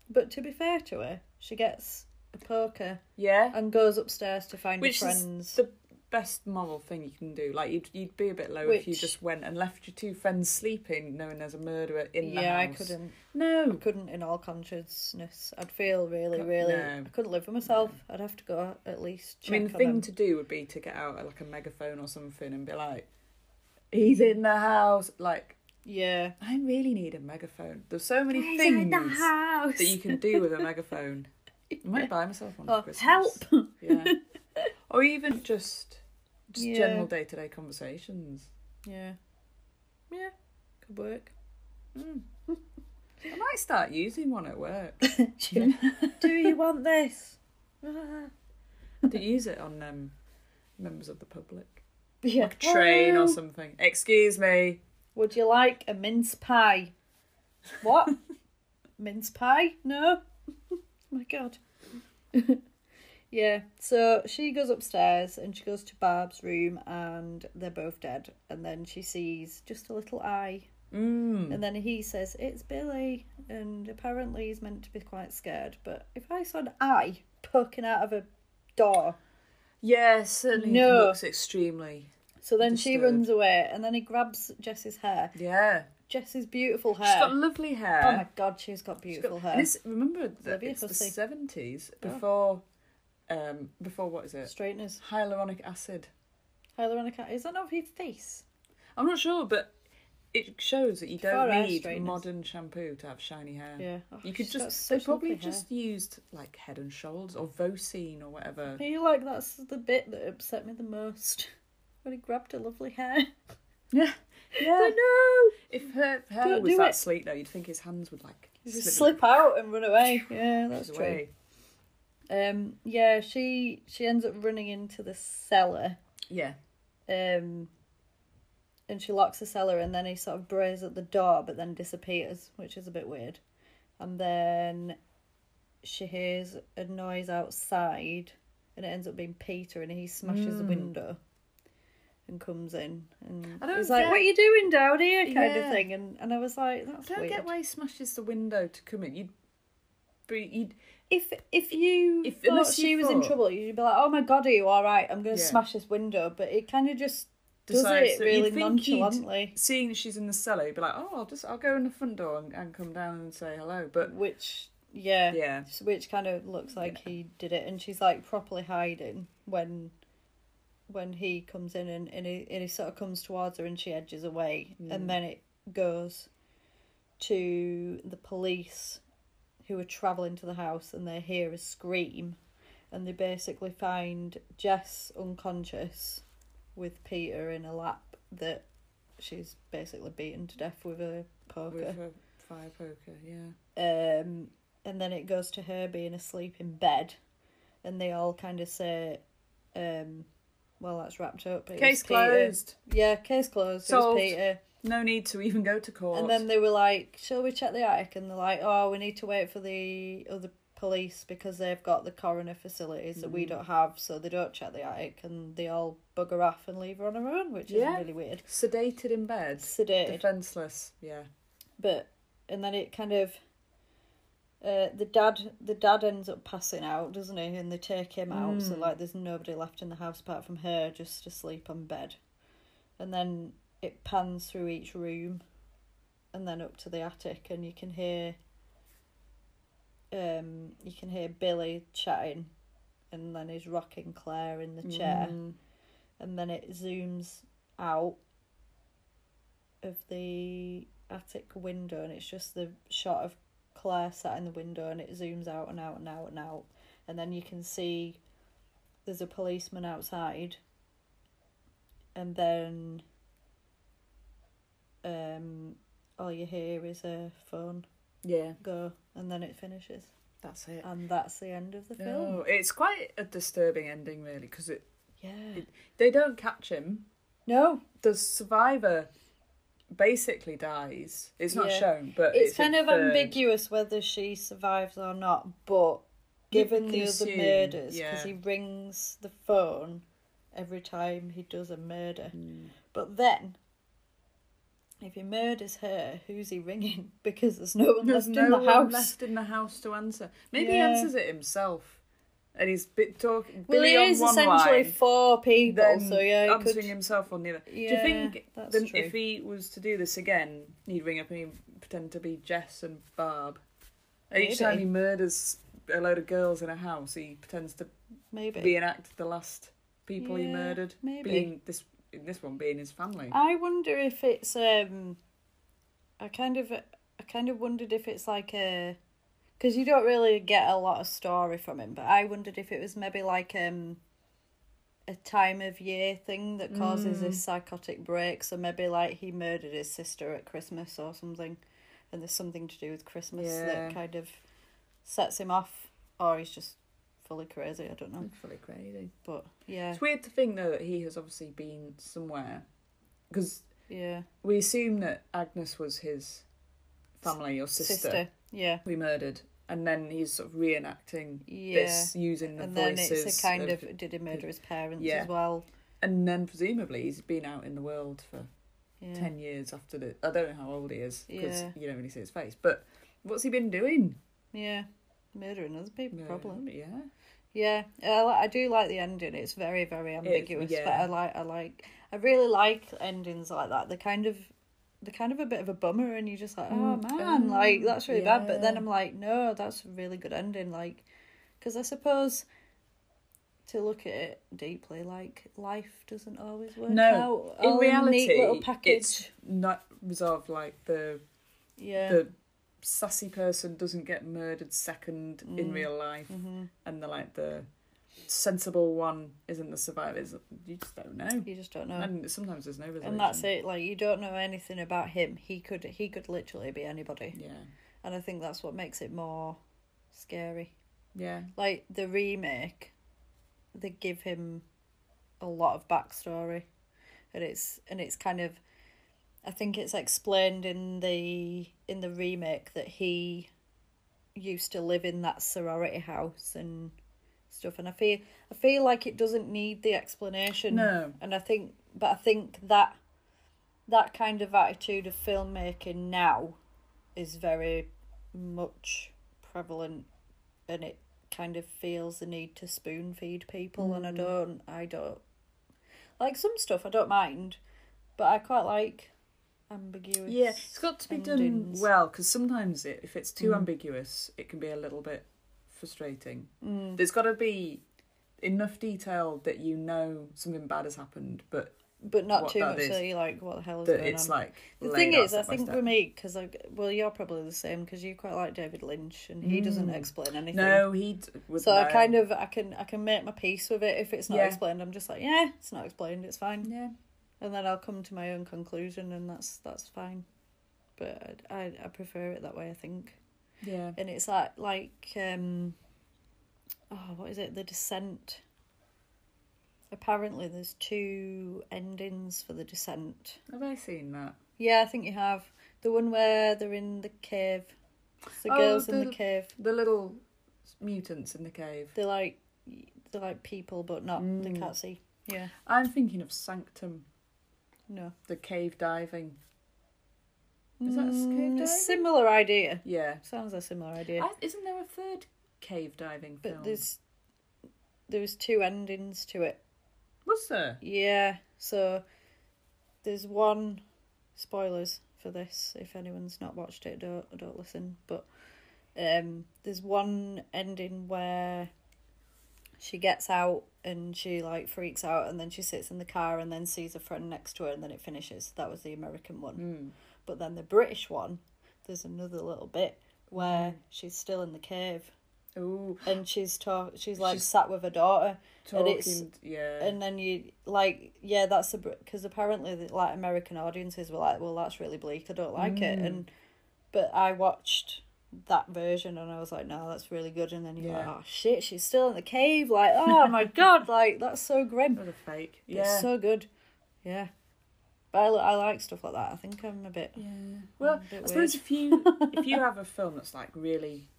But to be fair to her, she gets a poker Yeah, and goes upstairs to find which her is friends. the best moral thing you can do. Like you'd you'd be a bit low if you Which- just went and left your two friends sleeping, knowing there's a murderer in the yeah, I house. couldn't. I No. couldn't, in all consciousness. I'd feel really, Cou- really. no. I couldn't live with myself. I'd have to go at least. I mean, check the on thing them. to do would be to get out like a megaphone or something and be like, he's in the house. Like, Yeah. I really need a megaphone. There's so many He's in things the house. that you can do with a megaphone. I might buy myself one. Oh, for Christmas. (laughs) help. Yeah. Or even just just Yeah. general day to day conversations. Yeah. Yeah, could work. Mm. I might start using one at work. (laughs) (laughs) Do you want this? to use it on um, members of the public. Yeah. Like a train Hello. or something. Excuse me. Would you like a mince pie? (laughs) What? mince pie? No. (laughs) Oh my god. (laughs) yeah. So she goes upstairs and she goes to Barb's room and they're both dead. And then she sees just a little eye. Mm. And then he says, It's Billy. And apparently he's meant to be quite scared. But if I saw an eye poking out of a door. Yeah, certainly No. looks extremely. So then she Disturbed. runs away and then he grabs Jess's hair. Yeah. Jess's beautiful hair. She's got lovely hair. Oh my god, she's got She's beautiful got- hair. And it's, remember that Olivia it's the Hussey. seventies Oh. before, um, before what is it? Straighteners. Hyaluronic acid. Hyaluronic acid. Is that not her face? I'm not sure, but it shows that you don't Far eye need straighteners. modern shampoo to have shiny hair. Yeah. Oh, you could she's got just they such probably lovely hair. just used like Head and Shoulders or Vosine or whatever. I feel like that's the bit that upset me the most. (laughs) When he grabbed her lovely hair. (laughs) Yeah, yeah. I If her hair Don't was do that it. sleek though, you'd think his hands would like know. Just slip out and run away. Yeah, that's true. away. Um yeah, she she ends up running into the cellar. Yeah, Um and she locks the cellar and then he sort of brays at the door but then disappears, which is a bit weird. And then she hears a noise outside and it ends up being Peter and he smashes the window and comes in and Hmm. I don't he's like, get- What are you doing down here? kind Yeah. of thing and, and I was like, I That's don't weird. get why he smashes the window to come in. You'd, be, you'd If if you If- thought unless you she was in thought- trouble, you'd be like, "Oh my god, are you all right? I'm gonna Yeah. smash this window." But it kind of just does decides it that you'd really think he'd- nonchalantly, Seeing she's in the cellar, he'd be like, "Oh, I'll just I'll go in the front door and, and come down and say hello." But which yeah, Yeah. which kind of looks like he did it, and she's like properly hiding when when he comes in and and he, and he sort of comes towards her and she edges away, Mm. and then it goes to the police who are traveling to the house and they hear a scream and they basically find Jess unconscious with Peter in a lap that she's basically beaten to death with a poker. with a fire poker, yeah. Um, and then it goes to her being asleep in bed, and they all kind of say, um, "Well, that's wrapped up." It was Case Peter. closed. Yeah, case closed. Solved. It was Peter. No need to even go to court. And then they were like, "Shall we check the attic?" And they're like, "Oh, we need to wait for the other police because they've got the coroner facilities that we Mm. don't have, so they don't check the attic." And they all bugger off and leave her on her own, which Yeah. is really weird. sedated in bed, Sedated. defenseless. Yeah, but and then it kind of uh, the dad the dad ends up passing out doesn't he and they take him out so like there's nobody left in the house apart from her just asleep on bed and then it pans through each room and then up to the attic and you can hear um you can hear billy chatting and then he's rocking claire in the chair and then it zooms out of the attic window and it's just the shot of Claire sat in the window and it zooms out and out and out and out and then you can see there's a policeman outside and then um all you hear is a phone yeah. go and then it finishes That's it. and that's the end of the film No, it's quite a disturbing ending, really, because it yeah they don't catch him. no The survivor basically dies. It's not Yeah. shown, but it's, it's, kind of inferred. ambiguous whether she survives or not, but given can the other assume, murders, because yeah. he rings the phone every time he does a murder. Hmm. But then, if he murders her, who's he ringing? (laughs) Because there's no one There's left no in the one house. left in the house to answer. Maybe he Yeah. answers it himself, and he's bit talking. Well, Billy he is on one essentially line, four people, then so yeah, he answering could. himself on the other. Do you Yeah, think that's then true. if he was to do this again, he'd ring up and he'd pretend to be Jess and Barb? And Each Maybe. time he murders a load of girls in a house, he pretends to Maybe. reenact the last people he Yeah, murdered, maybe. Um, being this in this one being his family. I wonder if it's um I kind of I kind of wondered if it's like a cuz you don't really get a lot of story from him, but I wondered if it was maybe like um a time of year thing that causes Mm. this psychotic break, so maybe like he murdered his sister at Christmas or something and there's something to do with Christmas Yeah. that kind of sets him off or he's just fully crazy, I don't know. Fully crazy. But yeah. It's weird to think though that he has obviously been somewhere because Yeah. we assume that Agnes was his family or sister, Sister. Yeah. who murdered, and then he's sort of reenacting Yeah. this using the and then voices. it's a kind of, did he murder his parents Yeah. as well? and then presumably he's been out in the world for Yeah. ten years after the. I don't know how old he is because Yeah. you don't really see his face, but. What's he been doing? Yeah, murdering other people probably. Murdering, Yeah. Yeah, I, li- I do like the ending. It's very very ambiguous, but yeah. I like I like I really like endings like that. They're kind of they're kind of a bit of a bummer, and you're just like, oh Mm, man, like that's really bad. But then I'm like, no, that's a really good ending. Like, because I suppose. To look at it deeply, like life doesn't always work No, out. in all a reality, neat little package. it's not resolved like the yeah, the sassy person doesn't get murdered second Mm. in real life, Mm-hmm. and the like the sensible one isn't the survivor. It's- You just don't know, you just don't know. and sometimes there's no resolution. and that's it like you don't know anything about him he could he could literally be anybody Yeah, and i think that's what makes it more scary yeah, like the remake they give him a lot of backstory and it's and it's kind of i think it's explained in the in the remake that he used to live in that sorority house and stuff and i feel i feel like it doesn't need the explanation No. and i think but i think that that kind of attitude of filmmaking now is very much prevalent and it kind of feels the need to spoon feed people and I Mm. don't I don't like some stuff I don't mind but I quite like ambiguous yeah. It's got to be done endings. well because sometimes it, if it's Mm. too ambiguous, it can be a little bit frustrating. Mm. There's got to be enough detail that you know something bad has happened, but but not what too that much so is. you're like what the hell is that going it's on like the laid thing out is I step by think step. for me because I well you're probably the same because you quite like David Lynch and he Mm. doesn't explain anything no, he d- would so I know. kind of I can I can make my peace with it if it's not Yeah. explained I'm just like yeah it's not explained it's fine yeah. and then I'll come to my own conclusion, and that's that's fine. But I I, I prefer it that way. I think, Yeah. and it's like like um, oh, what is it? The Descent. Apparently, there's two endings for The Descent. Have I seen that? Yeah, I think you have the one where they're in the cave. It's the Oh, girls in the the- cave. The little mutants in the cave. They're like they're like people, but not they Mm. can't see. Yeah, I'm thinking of Sanctum, no, the cave diving. Is that a s- cave diving? Mm, similar idea. yeah. Sounds a similar idea. I, isn't there a third cave diving film? But there's there was two endings to it. Was there? Yeah. So there's one spoilers for this. If anyone's not watched it, don't don't listen. But um, there's one ending where she gets out and she like freaks out and then she sits in the car and then sees a friend next to her and then it finishes. That was the American one. But then the British one, there's another little bit where she's still in the cave Oh, and she's talk she's like She's sat with her daughter and it's talking. Yeah. and then you like yeah that's a because apparently the, like american audiences were like well that's really bleak i don't like it Mm. and but i watched that version and i was like no that's really good and then you're like Yeah. oh shit she's still in the cave like (laughs) oh my god like that's so grim What a fake. it's Yeah. so good yeah but I, li- I like stuff like that i think i'm a bit yeah. Well, bit I weird. suppose if you if you have a film that's like really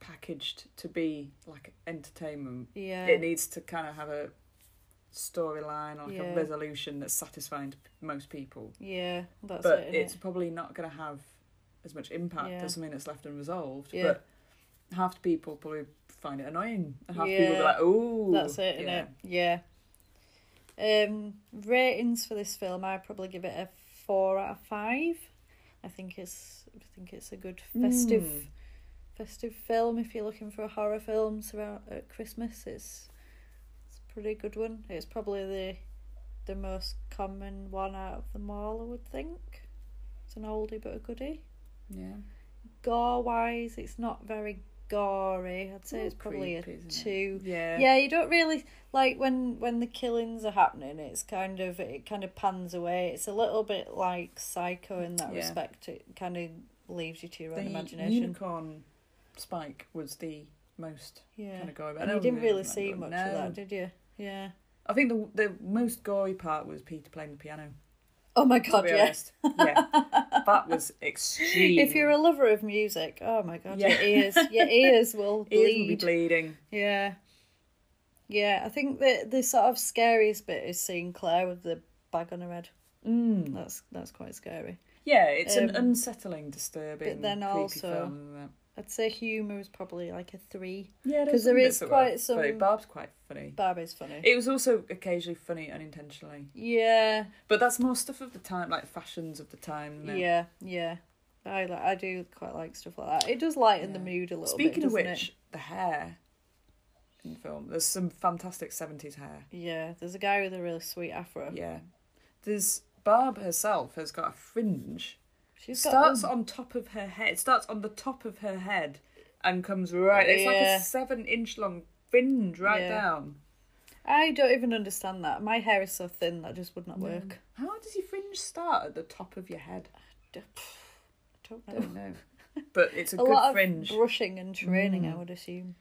packaged to be like entertainment, (laughs) Yeah. it needs to kind of have a storyline or like Yeah. a resolution that's satisfying to p- most people. yeah that's but it, innit? it's probably not going to have as much impact Yeah. as something that's left unresolved. Yeah. But half the people probably find it annoying, and half the people Yeah. be like, "Oh, That's it, isn't it? Yeah. Um, ratings for this film, I probably give it a four out of five. I think it's I think it's a good festive festive film if you're looking for a horror film around at Christmas. It's it's pretty good one. It's probably the the most common one out of them all, I would think. It's an oldie but a goodie. Yeah. Gore wise, it's not very gory. I'd say More it's probably creepy, isn't a it? two. Yeah. Yeah, you don't really like when when the killings are happening. It's kind of it kind of pans away. It's a little bit like Psycho in that Yeah. respect. It kind of leaves you to your The own imagination. unicorn spike was the most yeah, kind of gory. but I and you don't didn't really that see good. much No. of that, did you? Yeah. I think the the most gory part was Peter playing the piano. Oh my To god, be yes. honest, yeah, (laughs) that was extreme. If you're a lover of music, oh my god, Yeah. your ears, (laughs) your ears will bleed. ears will be bleeding. Yeah, yeah. I think the the sort of scariest bit is seeing Claire with the bag on her head. Mm. That's that's quite scary. Yeah, it's an Um, unsettling, disturbing, but then creepy also- film. isn't it? I'd say humour is probably like a three. Yeah, because there is quite some. Funny. Barb's quite funny. Barbie's funny. It was also occasionally funny unintentionally, yeah, but that's more stuff of the time, like fashions of the time. Isn't it? yeah, yeah. I like. I do quite like stuff like that. It does lighten the mood a little Speaking bit. of doesn't which, the hair in the film. There's some fantastic seventies hair. it? yeah. There's a guy with a really sweet afro. Yeah. There's Barb herself has got a fringe. It she's got um, starts on top of her head. It starts on the top of her head and comes right. It's like Yeah. a seven inch long fringe right Yeah. down. I don't even understand that. My hair is so thin that just would not work. How does your fringe start at the top of your head? D- pff, Don't I know. don't know. (laughs) But it's a, A good lot fringe. Mm. of brushing and training, I would assume.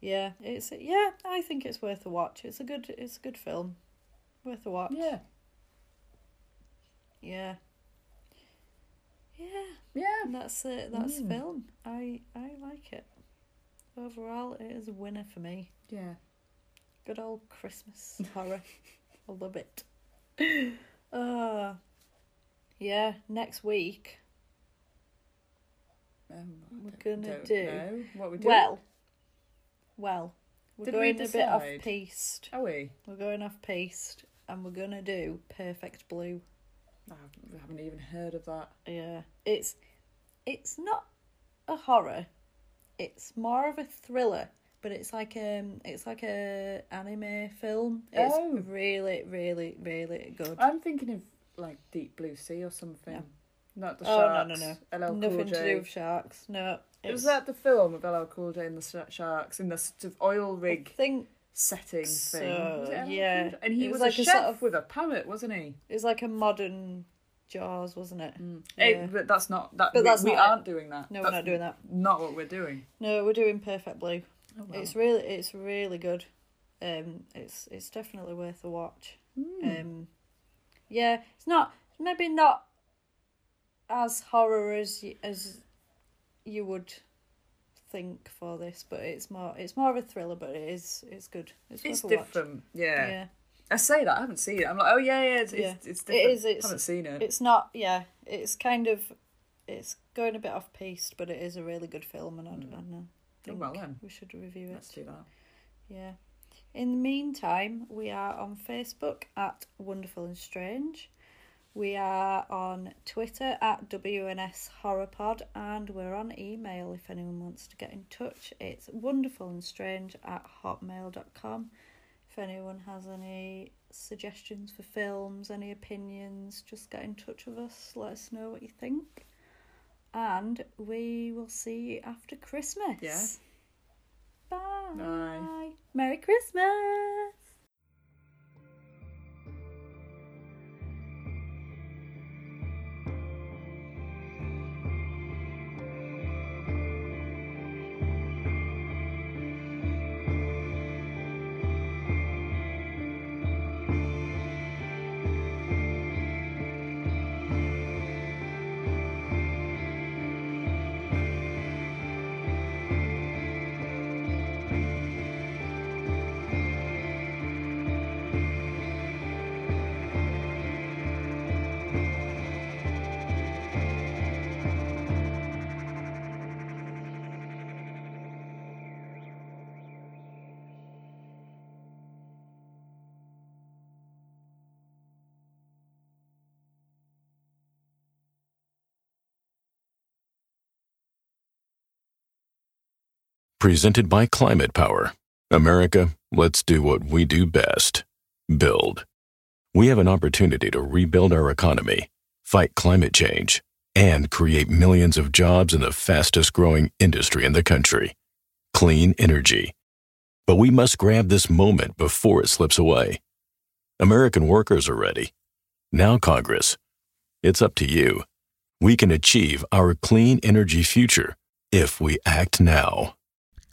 Yeah, it's yeah. I think it's worth a watch. It's a good. It's a good film. Worth a watch. yeah. Yeah. Yeah. Yeah. And that's it. That's Mm. film. I I like it. Overall, it is a winner for me. Yeah. Good old (laughs) Christmas horror. I love it. Uh, yeah, next week. Um, I We're don't- gonna don't do- know what we do. Well, well, we're Did we going a bit off decide? piste. are we? We're going off piste and we're gonna do Perfect Blue. I haven't even heard of that. Yeah, it's it's not a horror. It's more of a thriller, but it's like um it's like a anime film. It's Oh. really, really, really good. I'm thinking of like Deep Blue Sea or something. Not the oh Sharks. no no LL no! Cool Nothing to J. do with sharks. No, It it's- was that the film of LL Cool J and the Sh- Sharks in the sort of oil I rig think setting thing? so, Was it LL yeah. Cool J? and he It was, was a like a chef sort of- with a parrot, wasn't he? it's like a modern Jaws, wasn't it? Eh, Yeah. but that's not that. But we, that's we not it. aren't doing that. No, we're that's not doing that. Not what we're doing. No, we're doing Perfect Blue. Oh, wow. It's really it's really good. Um it's it's definitely worth a watch. Hmm. Um yeah, it's not maybe not as horror as y- as you would think for this, but it's more it's more of a thriller, but it is it's good. It's, It's worth a watch. different. Yeah. Yeah. I say that I haven't seen it. I'm like, oh yeah, yeah, it's Yeah. it's, it's It different. is, it's- haven't seen it. It's not yeah, it's kind of it's going a bit off piste, but it is a really good film and I, I don't know. I Oh, well think then. we should review it. Let's do that. Yeah. In the meantime, we are on Facebook at Wonderful and Strange. We are on Twitter at WNS Horror Pod and we're on email if anyone wants to get in touch. It's wonderful and strange at hotmail.com. If anyone has any suggestions for films, any opinions, just get in touch with us. Let us know what you think. And we will see you after Christmas. Yeah. Bye. Bye. Merry Christmas. Presented by Climate Power. America, Let's do what we do best build. We have an opportunity to rebuild our economy, fight climate change, and create millions of jobs in the fastest growing industry in the country clean energy. But we must grab this moment before it slips away. American workers are ready. Now, Congress, it's up to you. We can achieve our clean energy future if we act now.